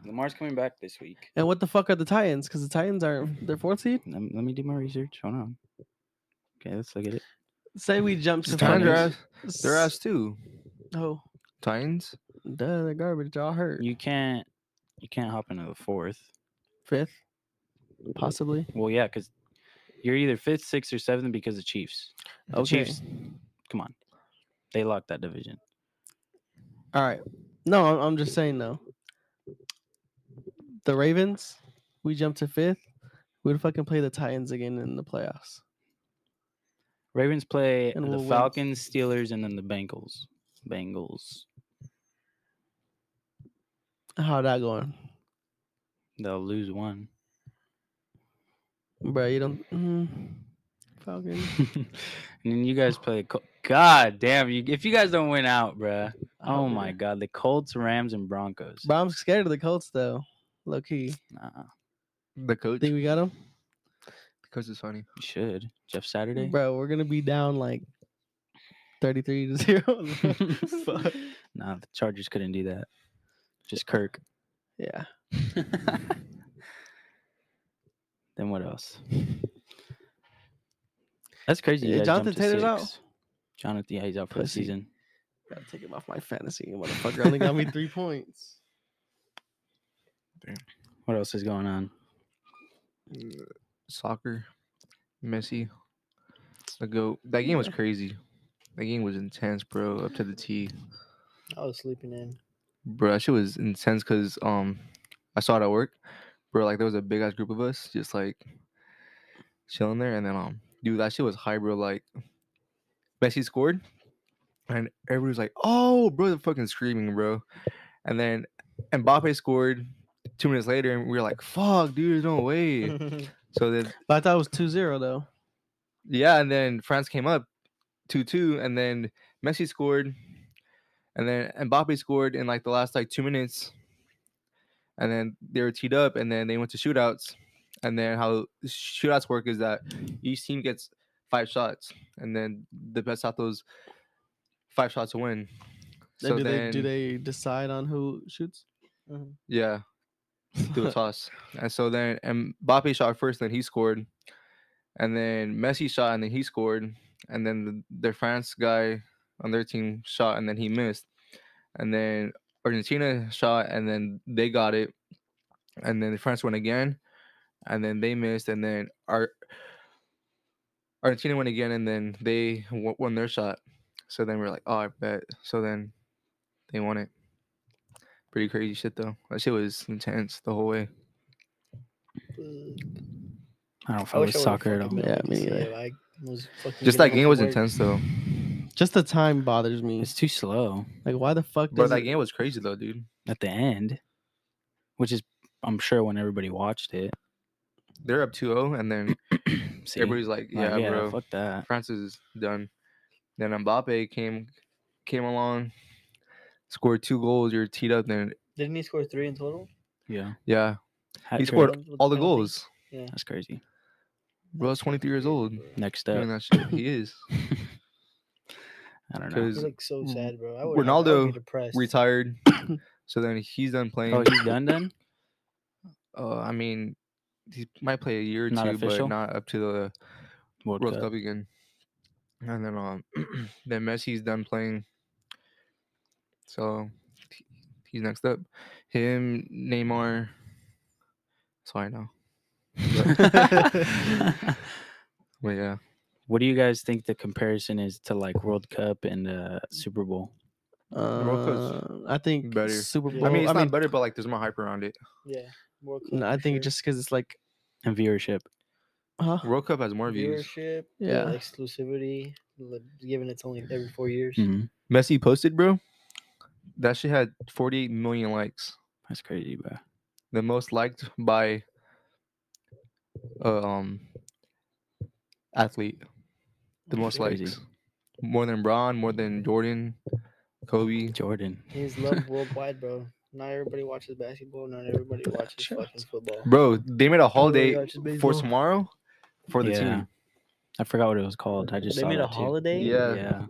Speaker 2: Lamar's coming back this week.
Speaker 4: And what the fuck are the Titans? Because the Titans are they're fourth seed.
Speaker 2: Let me, let me do my research. Hold on. Okay, let's look at it.
Speaker 4: Say we jump to
Speaker 3: Titans are
Speaker 4: fucking-
Speaker 3: ass. They're ass too.
Speaker 4: Oh,
Speaker 3: Titans.
Speaker 4: duh, they're garbage. Y'all hurt.
Speaker 2: You can't. You can't hop into the fourth.
Speaker 4: Fifth, possibly.
Speaker 2: Well, yeah, because you're either fifth, sixth, or seventh because the Chiefs. The
Speaker 4: Okay.
Speaker 2: Chiefs. Come on. They locked that division.
Speaker 4: All right. No, I'm, I'm just saying though. The Ravens, we jumped to fifth. We would fucking play the Titans again in the playoffs.
Speaker 2: Ravens play
Speaker 4: And
Speaker 2: the
Speaker 4: we'll win.
Speaker 2: Falcons, Steelers, and then the Bengals. Bengals.
Speaker 4: How that going,
Speaker 2: They'll lose one.
Speaker 4: bro? You don't. Mm, Falcons.
Speaker 2: and then you guys play. Col- God damn you! If you guys don't win out, bruh.
Speaker 4: I
Speaker 2: Oh
Speaker 4: hope we
Speaker 2: my
Speaker 4: do.
Speaker 2: God, the Colts, Rams, and Broncos.
Speaker 4: Bro, I'm scared of the Colts though. Low key.
Speaker 2: Nah,
Speaker 3: The coach.
Speaker 4: Think we got them,
Speaker 3: Because it's funny.
Speaker 2: you should Jeff Saturday.
Speaker 4: bro? We're gonna be down like thirty-three to zero. Fuck.
Speaker 2: Nah, the Chargers couldn't do that. Just Kirk.
Speaker 4: Yeah.
Speaker 2: Then what else? That's crazy. you
Speaker 4: Yeah,
Speaker 2: guys jumped to
Speaker 4: Jonathan Taylor's out.
Speaker 2: six. Jonathan, yeah, he's out for
Speaker 4: Pussy.
Speaker 2: the season.
Speaker 4: Gotta take him off my fantasy. Motherfucker only got me three points.
Speaker 2: What else is going on?
Speaker 3: Uh, Soccer. Messi. The goat. That game was crazy. That game was intense, bro. Up to the T.
Speaker 1: I was sleeping in.
Speaker 3: Bro, that shit was intense because um I saw it at work. Bro, like there was a big ass group of us just like chilling there and then um dude that shit was high, bro. Like Messi scored and everybody was like, Oh bro, they're fucking screaming, bro. And then Mbappe scored two minutes later and we were like, Fuck, dude, there's no way. so then
Speaker 4: But I thought it was 2 0 though.
Speaker 3: yeah, and then France came up 2 2, and then Messi scored, and then Mbappe scored in like the last like two minutes. And then they were teed up, and then they went to shootouts. And then how shootouts work is that each team gets five shots, and then the best out those five shots will win.
Speaker 4: Then
Speaker 3: So
Speaker 4: do
Speaker 3: then,
Speaker 4: they do they decide on who shoots?
Speaker 2: Mm-hmm.
Speaker 3: yeah, do a toss. And so then Mbappe shot first, then he scored. And then Messi shot, and then he scored. And then the, their France guy on their team shot, and then he missed. And then Argentina shot, and then they got it. And then France went again, and then they missed. And then our Argentina went again, and then they w- won their shot. So then we are like, oh, I bet. So then they won it. Pretty crazy shit though. That shit was intense the whole way.
Speaker 2: I don't follow soccer at all.
Speaker 4: been- Yeah, me neither.
Speaker 1: I was fucking getting
Speaker 3: Just that
Speaker 1: off
Speaker 3: game was
Speaker 1: work.
Speaker 3: intense though.
Speaker 4: Just the time bothers me.
Speaker 2: It's too slow
Speaker 4: Like why the fuck
Speaker 3: Bro,
Speaker 4: does
Speaker 3: that
Speaker 4: it,
Speaker 3: game was crazy though, dude.
Speaker 2: at the end, which is, I'm sure, when everybody watched it.
Speaker 3: They're up 2-0 and then
Speaker 2: See?
Speaker 3: everybody's like,
Speaker 2: Like,
Speaker 3: "Yeah, bro,
Speaker 2: Fuck that.
Speaker 3: France is done." Then Mbappe came came along, scored two goals. You're teed up. Then
Speaker 1: Didn't he score three in total?
Speaker 2: Yeah.
Speaker 3: yeah,
Speaker 2: Hat
Speaker 3: he
Speaker 2: trick.
Speaker 3: scored
Speaker 1: With the
Speaker 3: all the
Speaker 1: penalty.
Speaker 3: goals.
Speaker 2: That's crazy.
Speaker 3: Bro, he's 23 years old.
Speaker 2: Next
Speaker 3: Doing
Speaker 2: up,
Speaker 3: that shit. He is
Speaker 2: I don't know.
Speaker 1: It's
Speaker 3: because
Speaker 1: like so
Speaker 3: R-
Speaker 1: sad, bro. I I
Speaker 3: Ronaldo
Speaker 1: be depressed.
Speaker 3: retired. So then he's done playing.
Speaker 2: Oh, he's done then?
Speaker 3: uh, I mean, he might play a year or
Speaker 2: Not
Speaker 3: two,
Speaker 2: official?
Speaker 3: but not up to the
Speaker 2: World,
Speaker 3: World
Speaker 2: Cup.
Speaker 3: Cup again. And then um then Messi's done playing. So he- he's next up. Him, Neymar. Sorry now. But yeah.
Speaker 2: what do you guys think the comparison is to like World Cup and uh, Super Bowl?
Speaker 3: World Cup's
Speaker 4: uh, I think
Speaker 3: better.
Speaker 4: Super
Speaker 1: Yeah.
Speaker 4: Bowl.
Speaker 3: I mean it's
Speaker 4: I
Speaker 3: not better, but like there's more hype around it.
Speaker 1: Yeah. World Cup
Speaker 4: no, I
Speaker 1: for
Speaker 4: think
Speaker 1: sure.
Speaker 4: just because it's like,
Speaker 2: And viewership.
Speaker 4: huh?
Speaker 3: World Cup has more views.
Speaker 1: viewership.
Speaker 4: Yeah.
Speaker 1: Exclusivity. li- Given it's only every four years.
Speaker 3: Mm,
Speaker 2: Mhm.
Speaker 3: Messi posted, bro. That shit had 48 million likes.
Speaker 2: That's crazy, bro.
Speaker 3: The most liked by uh, um athlete. The most
Speaker 2: Crazy.
Speaker 3: likes. More than Braun, more than Jordan, Kobe.
Speaker 2: Jordan.
Speaker 1: He's loved worldwide, bro. Not everybody watches basketball. Not everybody watches
Speaker 4: Shut
Speaker 1: fucking football.
Speaker 3: Bro, they made a holiday
Speaker 1: watches
Speaker 3: for
Speaker 1: baseball.
Speaker 3: tomorrow for the
Speaker 2: Yeah.
Speaker 3: team.
Speaker 2: I forgot what it was called. I just
Speaker 1: they
Speaker 2: saw
Speaker 1: made a
Speaker 2: that too.
Speaker 1: holiday.
Speaker 3: Yeah.
Speaker 2: Yeah.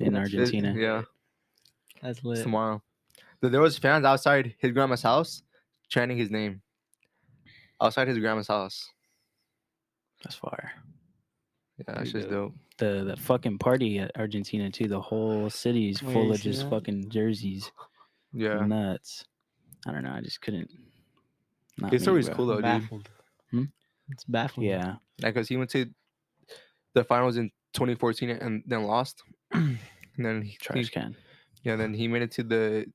Speaker 2: In
Speaker 1: That's-
Speaker 3: It-
Speaker 2: Argentina.
Speaker 3: yeah,
Speaker 1: That's
Speaker 3: it's
Speaker 1: lit.
Speaker 3: tomorrow. Th- There was fans outside his grandma's house chanting his name outside his grandma's house.
Speaker 2: That's fire.
Speaker 3: Yeah, that's
Speaker 2: Pretty
Speaker 3: just dope.
Speaker 2: The the fucking party at Argentina too. The whole city is
Speaker 1: Oh, yeah,
Speaker 2: full
Speaker 1: you
Speaker 2: of
Speaker 1: see
Speaker 2: just
Speaker 1: that?
Speaker 2: fucking jerseys.
Speaker 3: Yeah,
Speaker 2: Nuts. I don't know. I just couldn't. Not
Speaker 3: it's
Speaker 2: me,
Speaker 3: always
Speaker 2: bro.
Speaker 3: cool though, dude.
Speaker 1: baffled.
Speaker 2: Hmm?
Speaker 1: It's baffling.
Speaker 2: Yeah.
Speaker 3: Like, cause he went to the finals in 2014 and then lost. and then he, he
Speaker 2: Trash can.
Speaker 3: Yeah, then he made it to the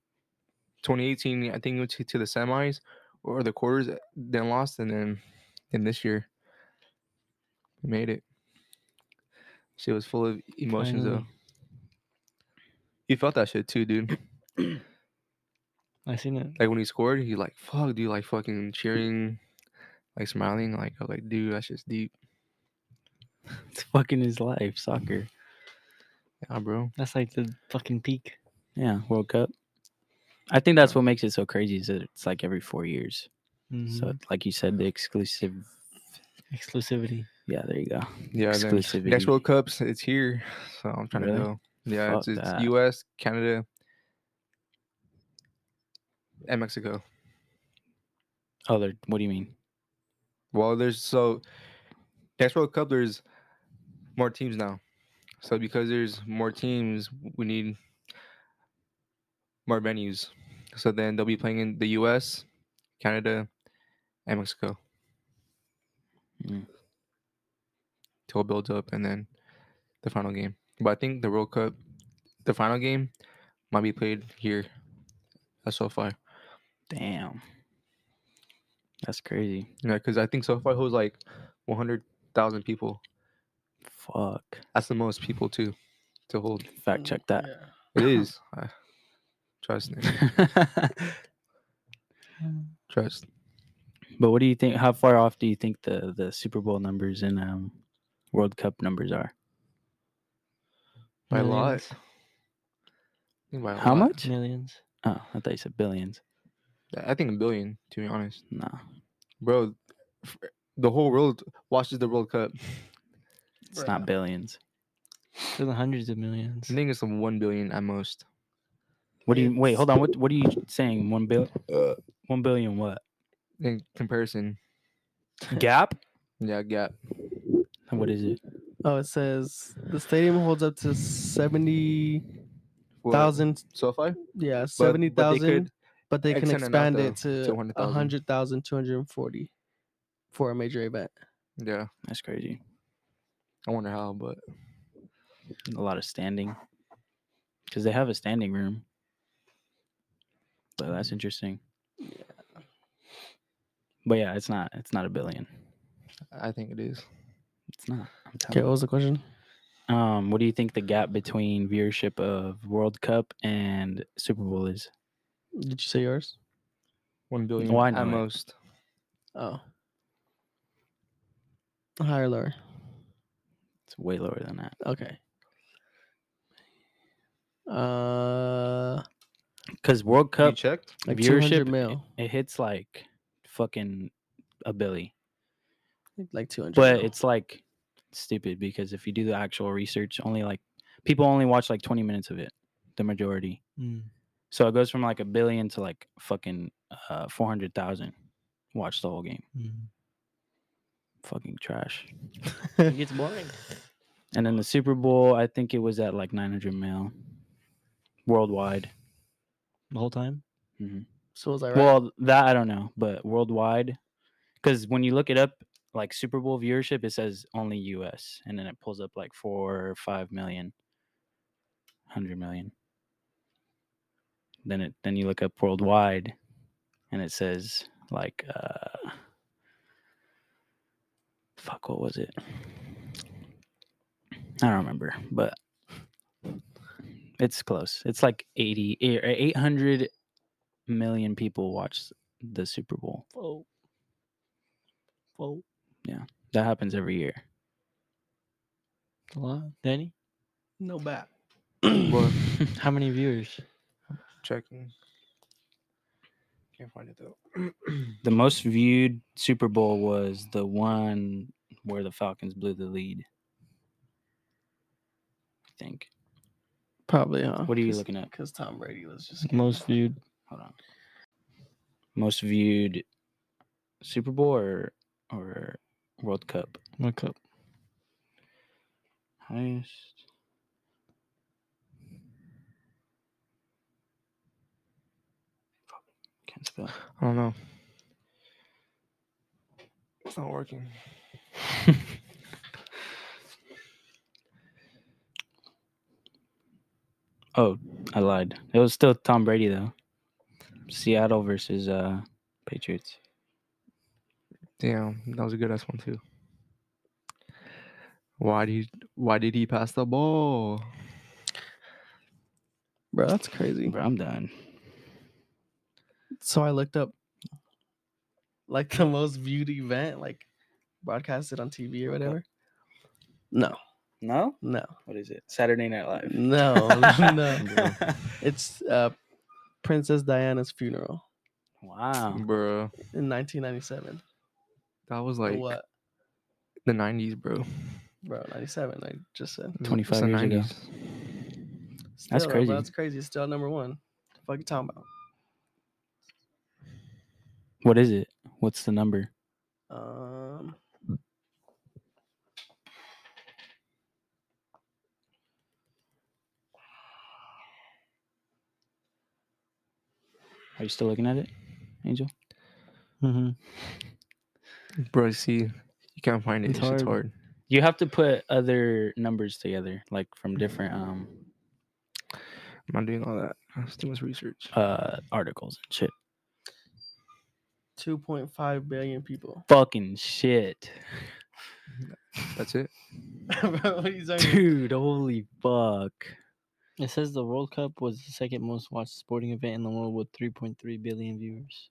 Speaker 3: 2018. I think it was to, to the semis or the quarters. uh, Then lost, and then then this year he made it. She was full of emotions though.
Speaker 1: Finally.
Speaker 3: You felt that shit too, dude.
Speaker 1: I seen it.
Speaker 3: Like when he scored, he like fuck, dude, like fucking cheering, like smiling, like I was like, dude, that's just deep,
Speaker 2: It's fucking his life. Soccer.
Speaker 3: yeah, bro.
Speaker 1: That's like the fucking peak.
Speaker 2: Yeah. World Cup. I think that's what makes it so crazy. Is that it's like every four years. So
Speaker 1: Mhm.
Speaker 2: like you said, the exclusive.
Speaker 1: exclusivity.
Speaker 2: Yeah. There you go.
Speaker 3: Yeah, and then
Speaker 2: Exclusivity.
Speaker 3: next World Cups, it's here, so I'm trying
Speaker 2: Really?
Speaker 3: to go. Yeah, it's,
Speaker 2: Fuck
Speaker 3: it's
Speaker 2: that.
Speaker 3: U.S., Canada, and Mexico.
Speaker 2: Oh, they're- what do you mean?
Speaker 3: Well, there's so next World Cup there's more teams now. So because there's more teams, we need more venues. So then they'll be playing in the US, Canada, and Mexico.
Speaker 2: Mm.
Speaker 3: Till it builds up and then the final game. But I think the World Cup the final game might be played here at SoFi.
Speaker 2: Damn. That's crazy.
Speaker 3: Yeah, because I think SoFi holds like one hundred thousand people.
Speaker 2: Fuck.
Speaker 3: That's the most people too to hold.
Speaker 2: Fact check that.
Speaker 3: It is. I, trust me. Trust.
Speaker 2: but what do you think? How far off do you think the the Super Bowl numbers and um, World Cup numbers are?
Speaker 3: By a lot.
Speaker 1: Millions.
Speaker 3: I think by a
Speaker 2: How
Speaker 3: lot.
Speaker 2: much?
Speaker 1: Millions.
Speaker 2: Oh, I thought you said billions.
Speaker 3: I think a billion, to be honest.
Speaker 2: No,
Speaker 3: Bro, f- the whole world watches the World Cup.
Speaker 2: it's not billions.
Speaker 1: To the hundreds of millions.
Speaker 3: I think it's some 1 billion at most.
Speaker 2: What do you wait? Hold on. What what are you saying? One bill. One billion. What
Speaker 3: In comparison,
Speaker 2: gap?
Speaker 3: yeah, gap.
Speaker 2: What is it?
Speaker 4: Oh, it says the stadium holds up to seventy
Speaker 3: Well,
Speaker 4: thousand.
Speaker 3: SoFi?
Speaker 4: Yeah,
Speaker 3: but they
Speaker 4: seventy
Speaker 3: could
Speaker 4: thousand. But they can
Speaker 3: extend it out
Speaker 4: expand
Speaker 3: though
Speaker 4: it
Speaker 3: to
Speaker 4: to
Speaker 3: 100,000.
Speaker 4: a hundred thousand, two hundred and forty for a major event.
Speaker 3: Yeah.
Speaker 2: That's crazy.
Speaker 3: I wonder how, but
Speaker 2: A lot of standing because they have a standing room. But that's interesting. But yeah, it's not. It's not a billion.
Speaker 3: I think it is.
Speaker 2: It's not. I'm
Speaker 4: Okay,
Speaker 2: telling
Speaker 4: what was the question?
Speaker 2: you. Um, what do you think the gap between viewership of World Cup and Super Bowl is?
Speaker 4: Did you say yours?
Speaker 3: 1 billion
Speaker 2: I know
Speaker 3: at
Speaker 2: it.
Speaker 3: most.
Speaker 4: Oh, higher, or lower.
Speaker 2: It's way lower than that.
Speaker 4: Okay. Uh,
Speaker 2: Because World
Speaker 3: You
Speaker 2: Cup
Speaker 3: checked?
Speaker 4: like two
Speaker 2: viewership,
Speaker 4: hundred mil,
Speaker 2: it hits like fucking a billy.
Speaker 4: like two hundred.
Speaker 2: But it's like stupid because if you do the actual research, only like people only watch like 20 minutes of it, the majority.
Speaker 1: Mm.
Speaker 2: So it goes from like a billion to like fucking uh, 400,000. Watch the whole game.
Speaker 1: Mm.
Speaker 2: Fucking trash.
Speaker 1: It gets boring.
Speaker 2: And then the Super Bowl, I think it was at like 900 mil worldwide.
Speaker 1: The whole time.
Speaker 4: so was I right?
Speaker 2: Well, that I don't know, but worldwide, because when you look it up, like Super Bowl viewership, it says only U.S. and then it pulls up like four or five million, hundred million. Then it then you look up worldwide, and it says like, uh, fuck, what was it? I don't remember, but it's close. It's like eighty eh, or eight hundred million people watch the Super Bowl.
Speaker 1: Whoa. Whoa.
Speaker 2: That happens every year.
Speaker 1: It's A lot. Danny,
Speaker 4: no bat.
Speaker 3: What?
Speaker 1: how many viewers?
Speaker 3: Checking. Can't find it though.
Speaker 2: The most viewed Super Bowl was the one where the Falcons blew the lead. I think.
Speaker 4: Probably, huh?
Speaker 2: What are you looking at?
Speaker 4: Because Tom Brady was just
Speaker 1: Most viewed.
Speaker 2: Hold on. most viewed Super Bowl or or World Cup?
Speaker 1: World Cup.
Speaker 2: Highest. Fuck, Can't spell.
Speaker 3: I don't know. It's not working.
Speaker 2: Oh, I lied. It was still Tom Brady though. Seattle versus uh Patriots.
Speaker 3: Damn, that was a good ass one too. Why did why did he pass the ball?
Speaker 4: Bro, that's crazy.
Speaker 2: Bro, I'm done.
Speaker 4: So I looked up like the most viewed event, like broadcasted on TV or whatever. No,
Speaker 2: No?
Speaker 4: no,
Speaker 2: What is it? Saturday Night Live.
Speaker 4: no, no. It's uh, Princess Diana's funeral
Speaker 2: wow.
Speaker 3: Bro,
Speaker 4: in 1997.
Speaker 3: that was like
Speaker 4: what,
Speaker 3: the 90s, bro.
Speaker 4: bro? 97. I just said.
Speaker 3: It's
Speaker 2: 25
Speaker 3: the
Speaker 2: years ago. Mm, That's
Speaker 4: Still, bro,
Speaker 2: crazy.
Speaker 4: That's crazy. It's still number one. Fuck you talking about?
Speaker 2: What is it? What's the number?
Speaker 4: Um,
Speaker 2: Are you still looking at it, Angel?
Speaker 1: Mm-hmm.
Speaker 3: Bro, see, you can't find it.
Speaker 1: It's
Speaker 3: It's hard.
Speaker 1: hard.
Speaker 2: You have to put other numbers together, like from different um
Speaker 3: I'm not doing all that. That's too much research.
Speaker 2: uh articles and shit.
Speaker 4: 2.5 billion people.
Speaker 2: Fucking shit.
Speaker 3: That's it.
Speaker 2: Uh,
Speaker 4: Bro, what are you talking about?
Speaker 2: Dude, holy fuck.
Speaker 1: It says the World Cup was the second most watched sporting event in the world with 3.3 billion viewers.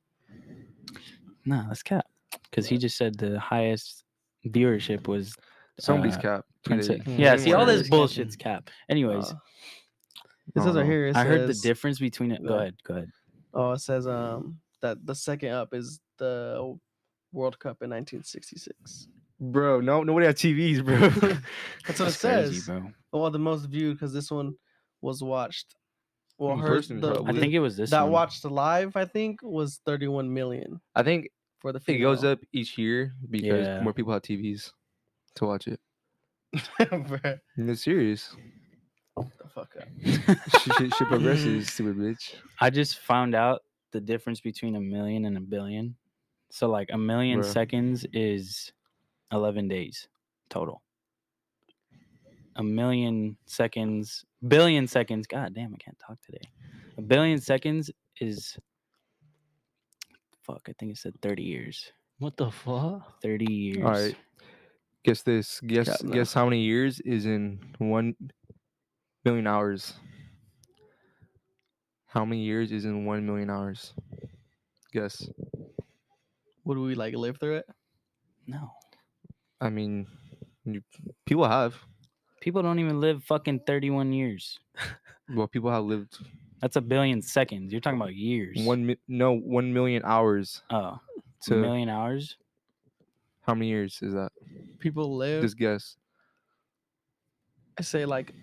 Speaker 2: Nah, that's cap. Because he just said the highest viewership was
Speaker 3: Somebody's
Speaker 2: Uh,
Speaker 3: cap.
Speaker 2: Prince-
Speaker 3: today.
Speaker 2: Yeah, see all this
Speaker 1: Somebody's
Speaker 2: bullshit's cap. Anyways, Oh,
Speaker 3: I
Speaker 4: Uh, It
Speaker 3: don't
Speaker 4: says right
Speaker 3: know.
Speaker 4: here. It
Speaker 2: I heard the
Speaker 4: says-
Speaker 2: difference between it. Go
Speaker 4: that-
Speaker 2: ahead, go ahead.
Speaker 4: Oh, it says um that the second up is the World Cup in 1966.
Speaker 3: Bro, no, nobody had TVs, bro.
Speaker 4: That's what
Speaker 2: crazy,
Speaker 4: it says.
Speaker 2: bro.
Speaker 4: Well, the most viewed because this one was watched. Well,
Speaker 3: In
Speaker 4: her,
Speaker 3: person,
Speaker 4: the,
Speaker 2: I
Speaker 3: probably.
Speaker 4: the-
Speaker 2: think it was this
Speaker 4: that
Speaker 2: one.
Speaker 4: watched live, I think, was 31 million
Speaker 3: I think
Speaker 4: for the
Speaker 3: it
Speaker 4: funeral.
Speaker 3: goes up each year because
Speaker 2: Yeah.
Speaker 3: more people have TVs to watch it.
Speaker 4: Bruh,
Speaker 3: No, serious.
Speaker 4: the fuck up.
Speaker 3: shit, shit, shit progresses, stupid bitch.
Speaker 2: I just found out the difference between a million and a billion. So like a million
Speaker 3: Bruh.
Speaker 2: seconds is eleven days total. A million seconds, billion seconds. God damn, I can't talk today. A billion seconds is fuck. I think it said thirty years.
Speaker 1: What the fuck?
Speaker 2: Thirty years.
Speaker 3: All right. Guess this. Guess
Speaker 4: Got no.
Speaker 3: guess how many years is in one million hours. How many years is in one million hours? Guess.
Speaker 4: Would we like live through it?
Speaker 2: No,
Speaker 3: I mean, you, people have.
Speaker 2: people don't even live fucking thirty-one years.
Speaker 3: Well, people have lived
Speaker 2: That's a billion seconds. You're talking about years.
Speaker 3: one. mi- No, one million hours.
Speaker 2: oh, a
Speaker 3: To
Speaker 2: million hours.
Speaker 3: how many years is that?
Speaker 4: People live.
Speaker 3: Just guess.
Speaker 4: I say like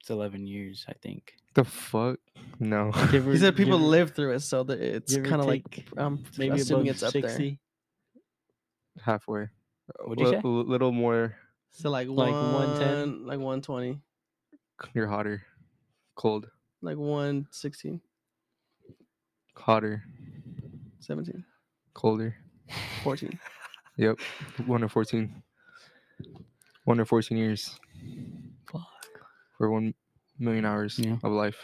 Speaker 2: It's eleven years, I think.
Speaker 3: The fuck? No.
Speaker 1: Give or-
Speaker 4: he said,
Speaker 1: give
Speaker 4: people
Speaker 1: or-
Speaker 4: live through it, so that it's
Speaker 1: give or
Speaker 4: kind of like
Speaker 1: take,
Speaker 4: I'm
Speaker 1: maybe
Speaker 4: assuming
Speaker 1: above
Speaker 4: it's up
Speaker 1: 60.
Speaker 4: there.
Speaker 3: Halfway.
Speaker 2: What'd you
Speaker 3: Li-
Speaker 2: say?
Speaker 3: li- little more.
Speaker 4: So like
Speaker 1: Like
Speaker 4: one,
Speaker 1: 110?
Speaker 4: like 120,
Speaker 3: You're hotter. Cold.
Speaker 4: like 116,
Speaker 3: Hotter.
Speaker 4: 17,
Speaker 3: Colder.
Speaker 4: 14.
Speaker 3: Yep. One or fourteen. One or fourteen years.
Speaker 1: Fuck.
Speaker 3: For one million hours
Speaker 2: Yeah.
Speaker 3: of life.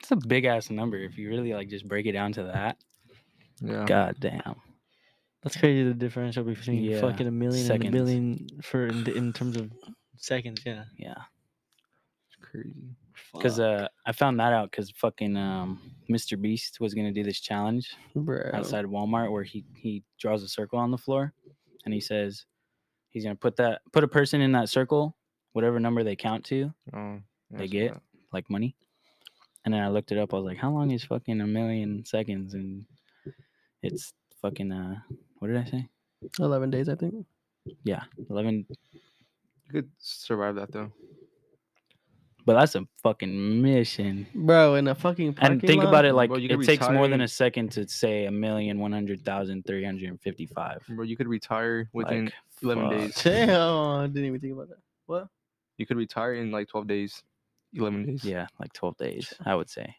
Speaker 2: It's a big ass number if you really like just break it down to that.
Speaker 3: Yeah.
Speaker 2: God damn.
Speaker 1: That's crazy the differential between
Speaker 2: Yeah,
Speaker 1: fucking a million
Speaker 2: seconds.
Speaker 1: and a billion for in, the- in terms of seconds, yeah.
Speaker 2: Yeah.
Speaker 3: Crazy.
Speaker 2: Cause uh I found that out because fucking um Mr. Beast was gonna do this challenge
Speaker 4: Bro.
Speaker 2: outside Walmart where he he draws a circle on the floor and he says he's gonna put that put a person in that circle, whatever number they count to,
Speaker 3: Oh,
Speaker 2: They get- like money. And then I looked it up, I was like, How long is fucking a million seconds? And it's fucking uh what did I say?
Speaker 4: 11 days, I think.
Speaker 2: Yeah, eleven
Speaker 3: You could survive that though.
Speaker 2: But that's a fucking mission.
Speaker 4: bro, in a fucking parking
Speaker 2: And think about
Speaker 4: lot?
Speaker 2: it like
Speaker 3: Bro, you
Speaker 2: it
Speaker 3: could
Speaker 2: takes more than
Speaker 3: retire-
Speaker 2: a second to say a million one hundred thousand three hundred and fifty five.
Speaker 3: Bro, you could retire within
Speaker 2: Like,
Speaker 3: 11
Speaker 2: fuck.
Speaker 3: days.
Speaker 4: Damn, I didn't even think about that. What?
Speaker 3: You could retire in like 12 days, 11 days.
Speaker 2: Yeah, like twelve days, I would say.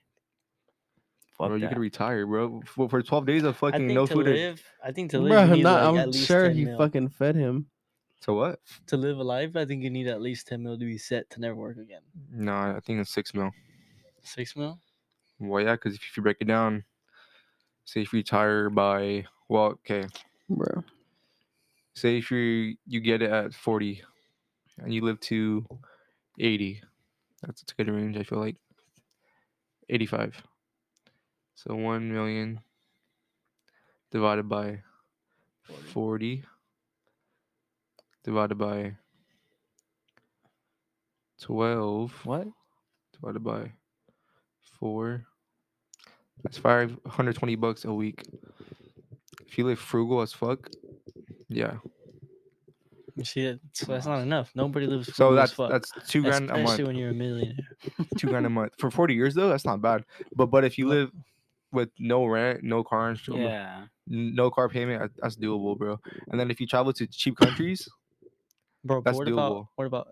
Speaker 2: Fuck
Speaker 3: Bro, you
Speaker 2: that.
Speaker 3: could retire, bro. For, for 12 days of fucking no
Speaker 1: to
Speaker 3: food. or-
Speaker 1: live, I think to live,
Speaker 4: Bro,
Speaker 1: you need
Speaker 4: nah,
Speaker 1: like
Speaker 4: I'm
Speaker 1: at least
Speaker 4: sure
Speaker 1: 10
Speaker 4: he
Speaker 1: mil.
Speaker 4: fucking fed him.
Speaker 3: So what?
Speaker 1: to live a life. I think you need at least ten mil to be set to never work again.
Speaker 3: No, I think it's 6 mil.
Speaker 1: Six mil.
Speaker 3: Well, yeah, because if you break it down, say if you retire by, well, okay.
Speaker 4: Bro.
Speaker 3: Say if you you get it at 40 and you live to 80. That's a good range, I feel like. 85. So 1 million divided by 40 divided by 12
Speaker 2: What?
Speaker 3: divided by 4 that's 520 bucks a week if you live frugal as fuck yeah
Speaker 1: You see, that- so that's not enough. Nobody lives.
Speaker 3: so
Speaker 1: frugal as
Speaker 3: that's
Speaker 1: fuck.
Speaker 3: that's two grand a
Speaker 1: especially
Speaker 3: month
Speaker 1: when you're a millionaire.
Speaker 3: two grand a month for 40 years though that's not bad but but if you
Speaker 1: What?
Speaker 3: live with no rent no car insurance
Speaker 2: Yeah.
Speaker 3: n- no car payment that- that's doable bro and then if you travel to cheap countries
Speaker 1: Bro,
Speaker 3: That's
Speaker 1: but what
Speaker 3: doable.
Speaker 1: about what about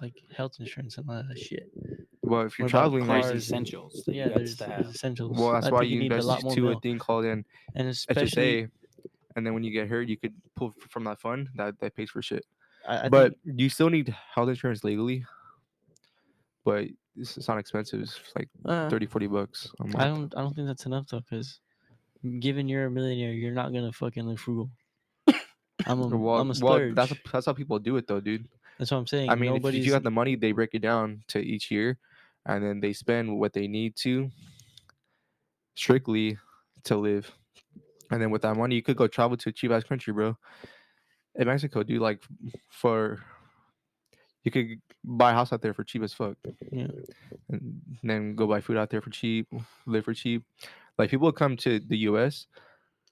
Speaker 1: like health insurance and all that shit?
Speaker 3: well if you're
Speaker 1: What about
Speaker 3: traveling
Speaker 1: cars?
Speaker 2: There's
Speaker 1: Cars.
Speaker 3: like,
Speaker 2: essentials. that you
Speaker 1: Yeah,
Speaker 2: have
Speaker 1: there's,
Speaker 2: to
Speaker 1: there's
Speaker 2: have.
Speaker 1: essentials.
Speaker 3: well that's
Speaker 1: I
Speaker 3: why
Speaker 1: think
Speaker 3: you
Speaker 1: need a lot
Speaker 3: invest
Speaker 1: more
Speaker 3: to a
Speaker 1: mil.
Speaker 3: thing called an
Speaker 1: and especially
Speaker 3: hsa and then when you get hurt you could pull f- from that fund that that pays for shit
Speaker 1: I, I
Speaker 3: but
Speaker 1: think,
Speaker 3: you still need health insurance legally. But it's, it's not expensive. It's like
Speaker 4: Uh,
Speaker 3: 30, 40 bucks. a
Speaker 1: I
Speaker 3: month.
Speaker 1: don't I don't think that's enough though, because given you're a millionaire, you're not gonna fucking live frugal. I'm a
Speaker 3: Or well,
Speaker 1: am a
Speaker 3: well,
Speaker 1: splurge.
Speaker 3: that's
Speaker 1: that's,
Speaker 3: how- that's how people do it though, dude.
Speaker 1: what I'm saying.
Speaker 3: I mean, if- if,
Speaker 1: nobody's
Speaker 3: you got the money, they break it down to each year, and then they spend what they need to strictly to live. And then with that money, you could go travel to a cheap ass country, bro. In Mexico, dude, like for you could buy a house out there for cheap as fuck.
Speaker 1: Yeah.
Speaker 3: And then go buy food out there for cheap, live for cheap. Like people come to the US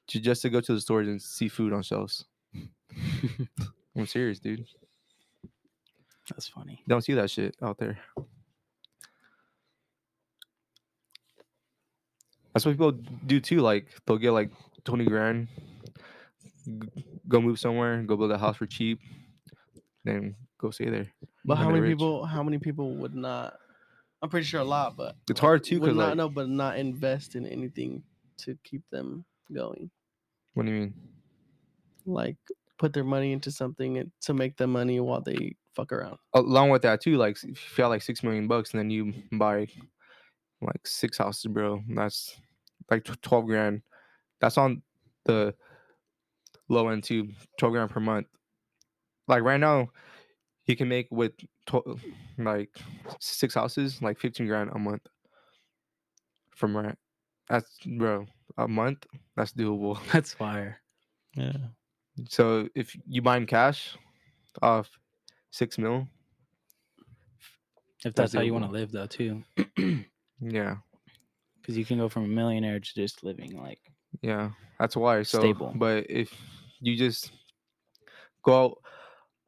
Speaker 3: to just to go to the stores and see food on shelves. I'm serious, dude.
Speaker 2: that's funny.
Speaker 3: Don't see that shit out there. That's what people do too. Like they'll get like twenty grand, g- go move somewhere, go build a house for cheap, then go stay there.
Speaker 4: but how
Speaker 3: Kinda
Speaker 4: many
Speaker 3: rich.
Speaker 4: people how many people would not I'm pretty sure a lot, but
Speaker 3: It's hard too
Speaker 4: would
Speaker 3: because
Speaker 4: not
Speaker 3: like,
Speaker 4: know but not invest in anything to keep them going.
Speaker 3: what do you mean?
Speaker 4: Like put their money into something and- to make the money while they fuck around.
Speaker 3: Along with that too, like if you got like six million bucks and then you buy like six houses, bro. That's like tw- twelve grand. That's on the low end too. Twelve grand per month. Like right now, you can make with tw- like six houses like fifteen grand a month from rent. That's bro a month. That's doable.
Speaker 2: That's fire.
Speaker 1: yeah.
Speaker 3: So if you buy in cash off six mil,
Speaker 2: If
Speaker 3: That's
Speaker 2: that's how you want
Speaker 3: doable.
Speaker 2: to live though too. Because
Speaker 3: yeah,
Speaker 2: you can go from a millionaire to just living like
Speaker 3: Yeah, that's why. So,
Speaker 2: Stable.
Speaker 3: but if you just go out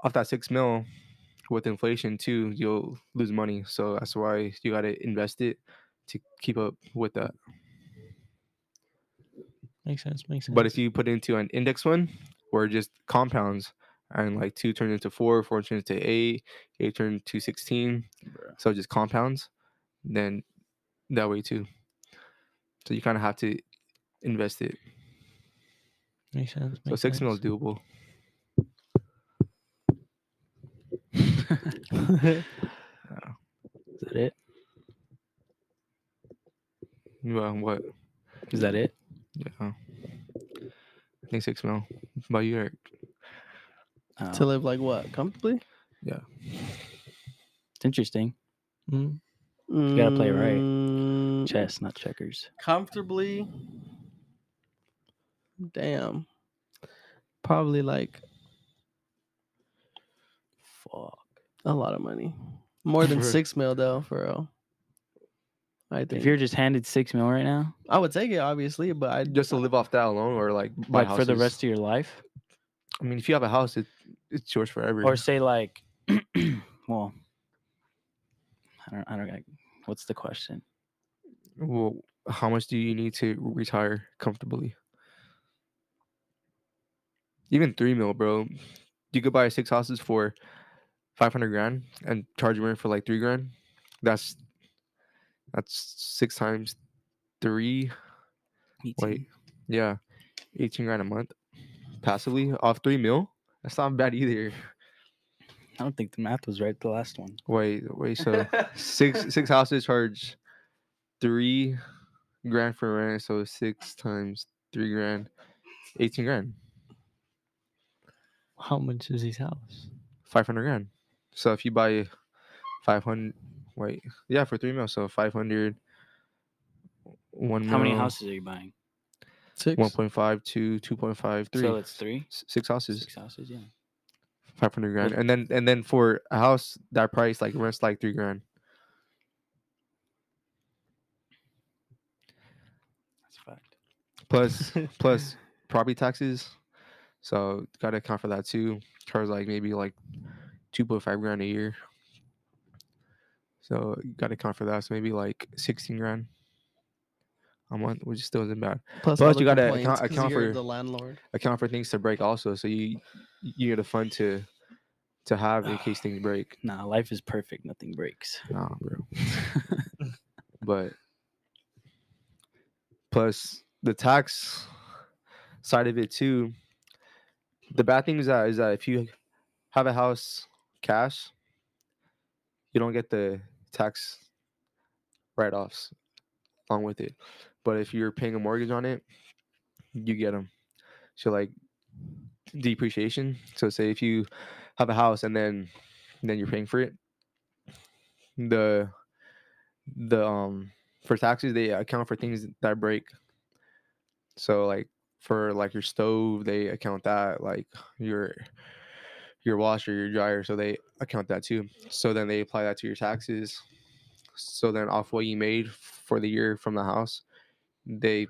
Speaker 3: off that six mil with inflation too, you'll lose money. So that's why you got to invest it to keep up with that.
Speaker 1: Makes sense. Makes sense.
Speaker 3: But if you put into an index one where it just compounds and like two turns into four, four turns into eight, eight turns to 16, so it just compounds, then that way too. So you kind of have to invest it.
Speaker 1: makes sense.
Speaker 3: So
Speaker 1: makes
Speaker 3: six mil is
Speaker 1: sense.
Speaker 3: doable.
Speaker 2: Oh. Is that it?
Speaker 3: Well, what?
Speaker 2: Is that it?
Speaker 3: Yeah. I think six mil. By you, Eric.
Speaker 2: Oh,
Speaker 4: To live like what? Comfortably?
Speaker 2: it's interesting.
Speaker 1: Mm,
Speaker 4: You
Speaker 2: gotta play right.
Speaker 4: right.
Speaker 2: Chess, not checkers.
Speaker 4: Mm, comfortably damn probably like
Speaker 2: Fuck.
Speaker 4: a lot of money more than
Speaker 3: For-
Speaker 4: six mil though for real i think
Speaker 2: If you're just handed six mil right now,
Speaker 4: i would take it obviously but i
Speaker 3: Just to live off that alone, or like buy
Speaker 2: like for the
Speaker 3: houses?
Speaker 2: rest of your life,
Speaker 3: I mean, if you have a house, it it's yours forever.
Speaker 2: or say like, well, I don't. I don't. I, what's the question?
Speaker 3: Well, how much do you need to retire comfortably? Even three mil, bro. You could buy six houses for five hundred grand and charge rent for like three grand. That's that's six times three.
Speaker 2: 18.
Speaker 3: Wait, yeah, eighteen grand a month passively off three mil. That's not bad either.
Speaker 2: I don't think the math was right. The last one.
Speaker 3: Wait, wait. So six six houses charge three grand for rent. So six times three grand, eighteen grand,
Speaker 1: How much is his house?
Speaker 3: five hundred grand. So if you buy five hundred, wait, yeah, for three mil. So five hundred. One
Speaker 2: How many
Speaker 3: mil,
Speaker 2: houses are you buying?
Speaker 4: Six.
Speaker 3: 1.5 to 2.5 three
Speaker 2: So it's three.
Speaker 3: S- six houses
Speaker 2: Six houses. Yeah.
Speaker 3: five hundred grand,
Speaker 2: Would-
Speaker 3: and then and then for a house that price like rents like three grand.
Speaker 2: That's a fact.
Speaker 3: plus plus property taxes. So gotta account for that too. Cars like maybe like two point five grand a year. So gotta account for that. So maybe like sixteen grand a month, which still isn't bad.
Speaker 4: Plus,
Speaker 3: Plus
Speaker 4: all the
Speaker 3: you gotta account-
Speaker 4: complaints 'cause
Speaker 3: account
Speaker 4: you're
Speaker 3: for-
Speaker 4: the landlord.
Speaker 3: Account for things to break also. So you you get a fund to to have in case things break.
Speaker 2: Nah, life is perfect. Nothing breaks.
Speaker 3: Nah, bro. but plus the tax side of it too. The bad thing is that is that if you have a house cash, you don't get the tax write offs along with it. But if you're paying a mortgage on it, you get them. So like depreciation. So say if you have a house and then then you're paying for it, the the um for taxes they account for things that break so like for like your stove they account that like your your washer your dryer so they account that too so then they apply that to your taxes so then off what you made for the year from the house they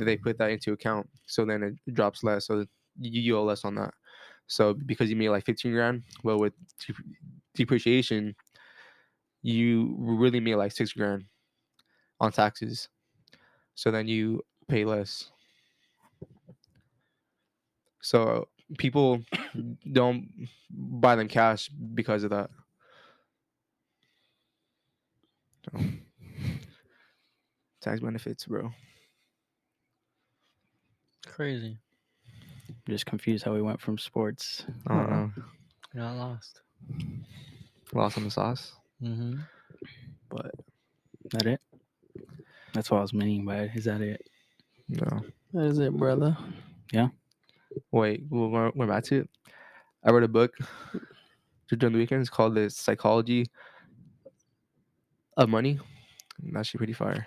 Speaker 3: they put that into account so then it drops less so you you owe less on that so because you made like 15 grand well with dep- depreciation you really made like six grand on taxes. So then you pay less. So people don't buy them cash because of that. So, tax benefits, bro.
Speaker 1: Crazy.
Speaker 2: I'm just confused how we went from sports.
Speaker 3: I don't know.
Speaker 1: You got lost.
Speaker 3: Lost on the sauce.
Speaker 1: Mm-hmm.
Speaker 3: But
Speaker 2: That it? That's what I was meaning by it. Is that it?
Speaker 3: no.
Speaker 4: That is it, brother.
Speaker 3: Wait, we're, we're- we're back to it. I read a book during the weekend. It's called The Psychology of Money. And That's actually pretty fire.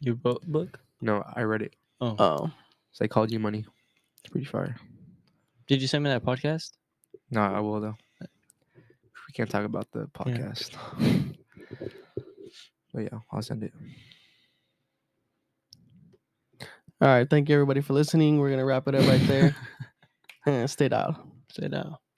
Speaker 1: Your book book?
Speaker 3: No, I read it.
Speaker 1: Oh.
Speaker 4: Oh,
Speaker 3: Psychology of Money. It's pretty fire.
Speaker 1: Did you send me that podcast?
Speaker 3: No, I will though. We can't talk about the podcast. But yeah, I'll send it.
Speaker 4: all right. Thank you everybody for listening. We're gonna wrap it up right there. Uh, Stay dialed. Stay dialed.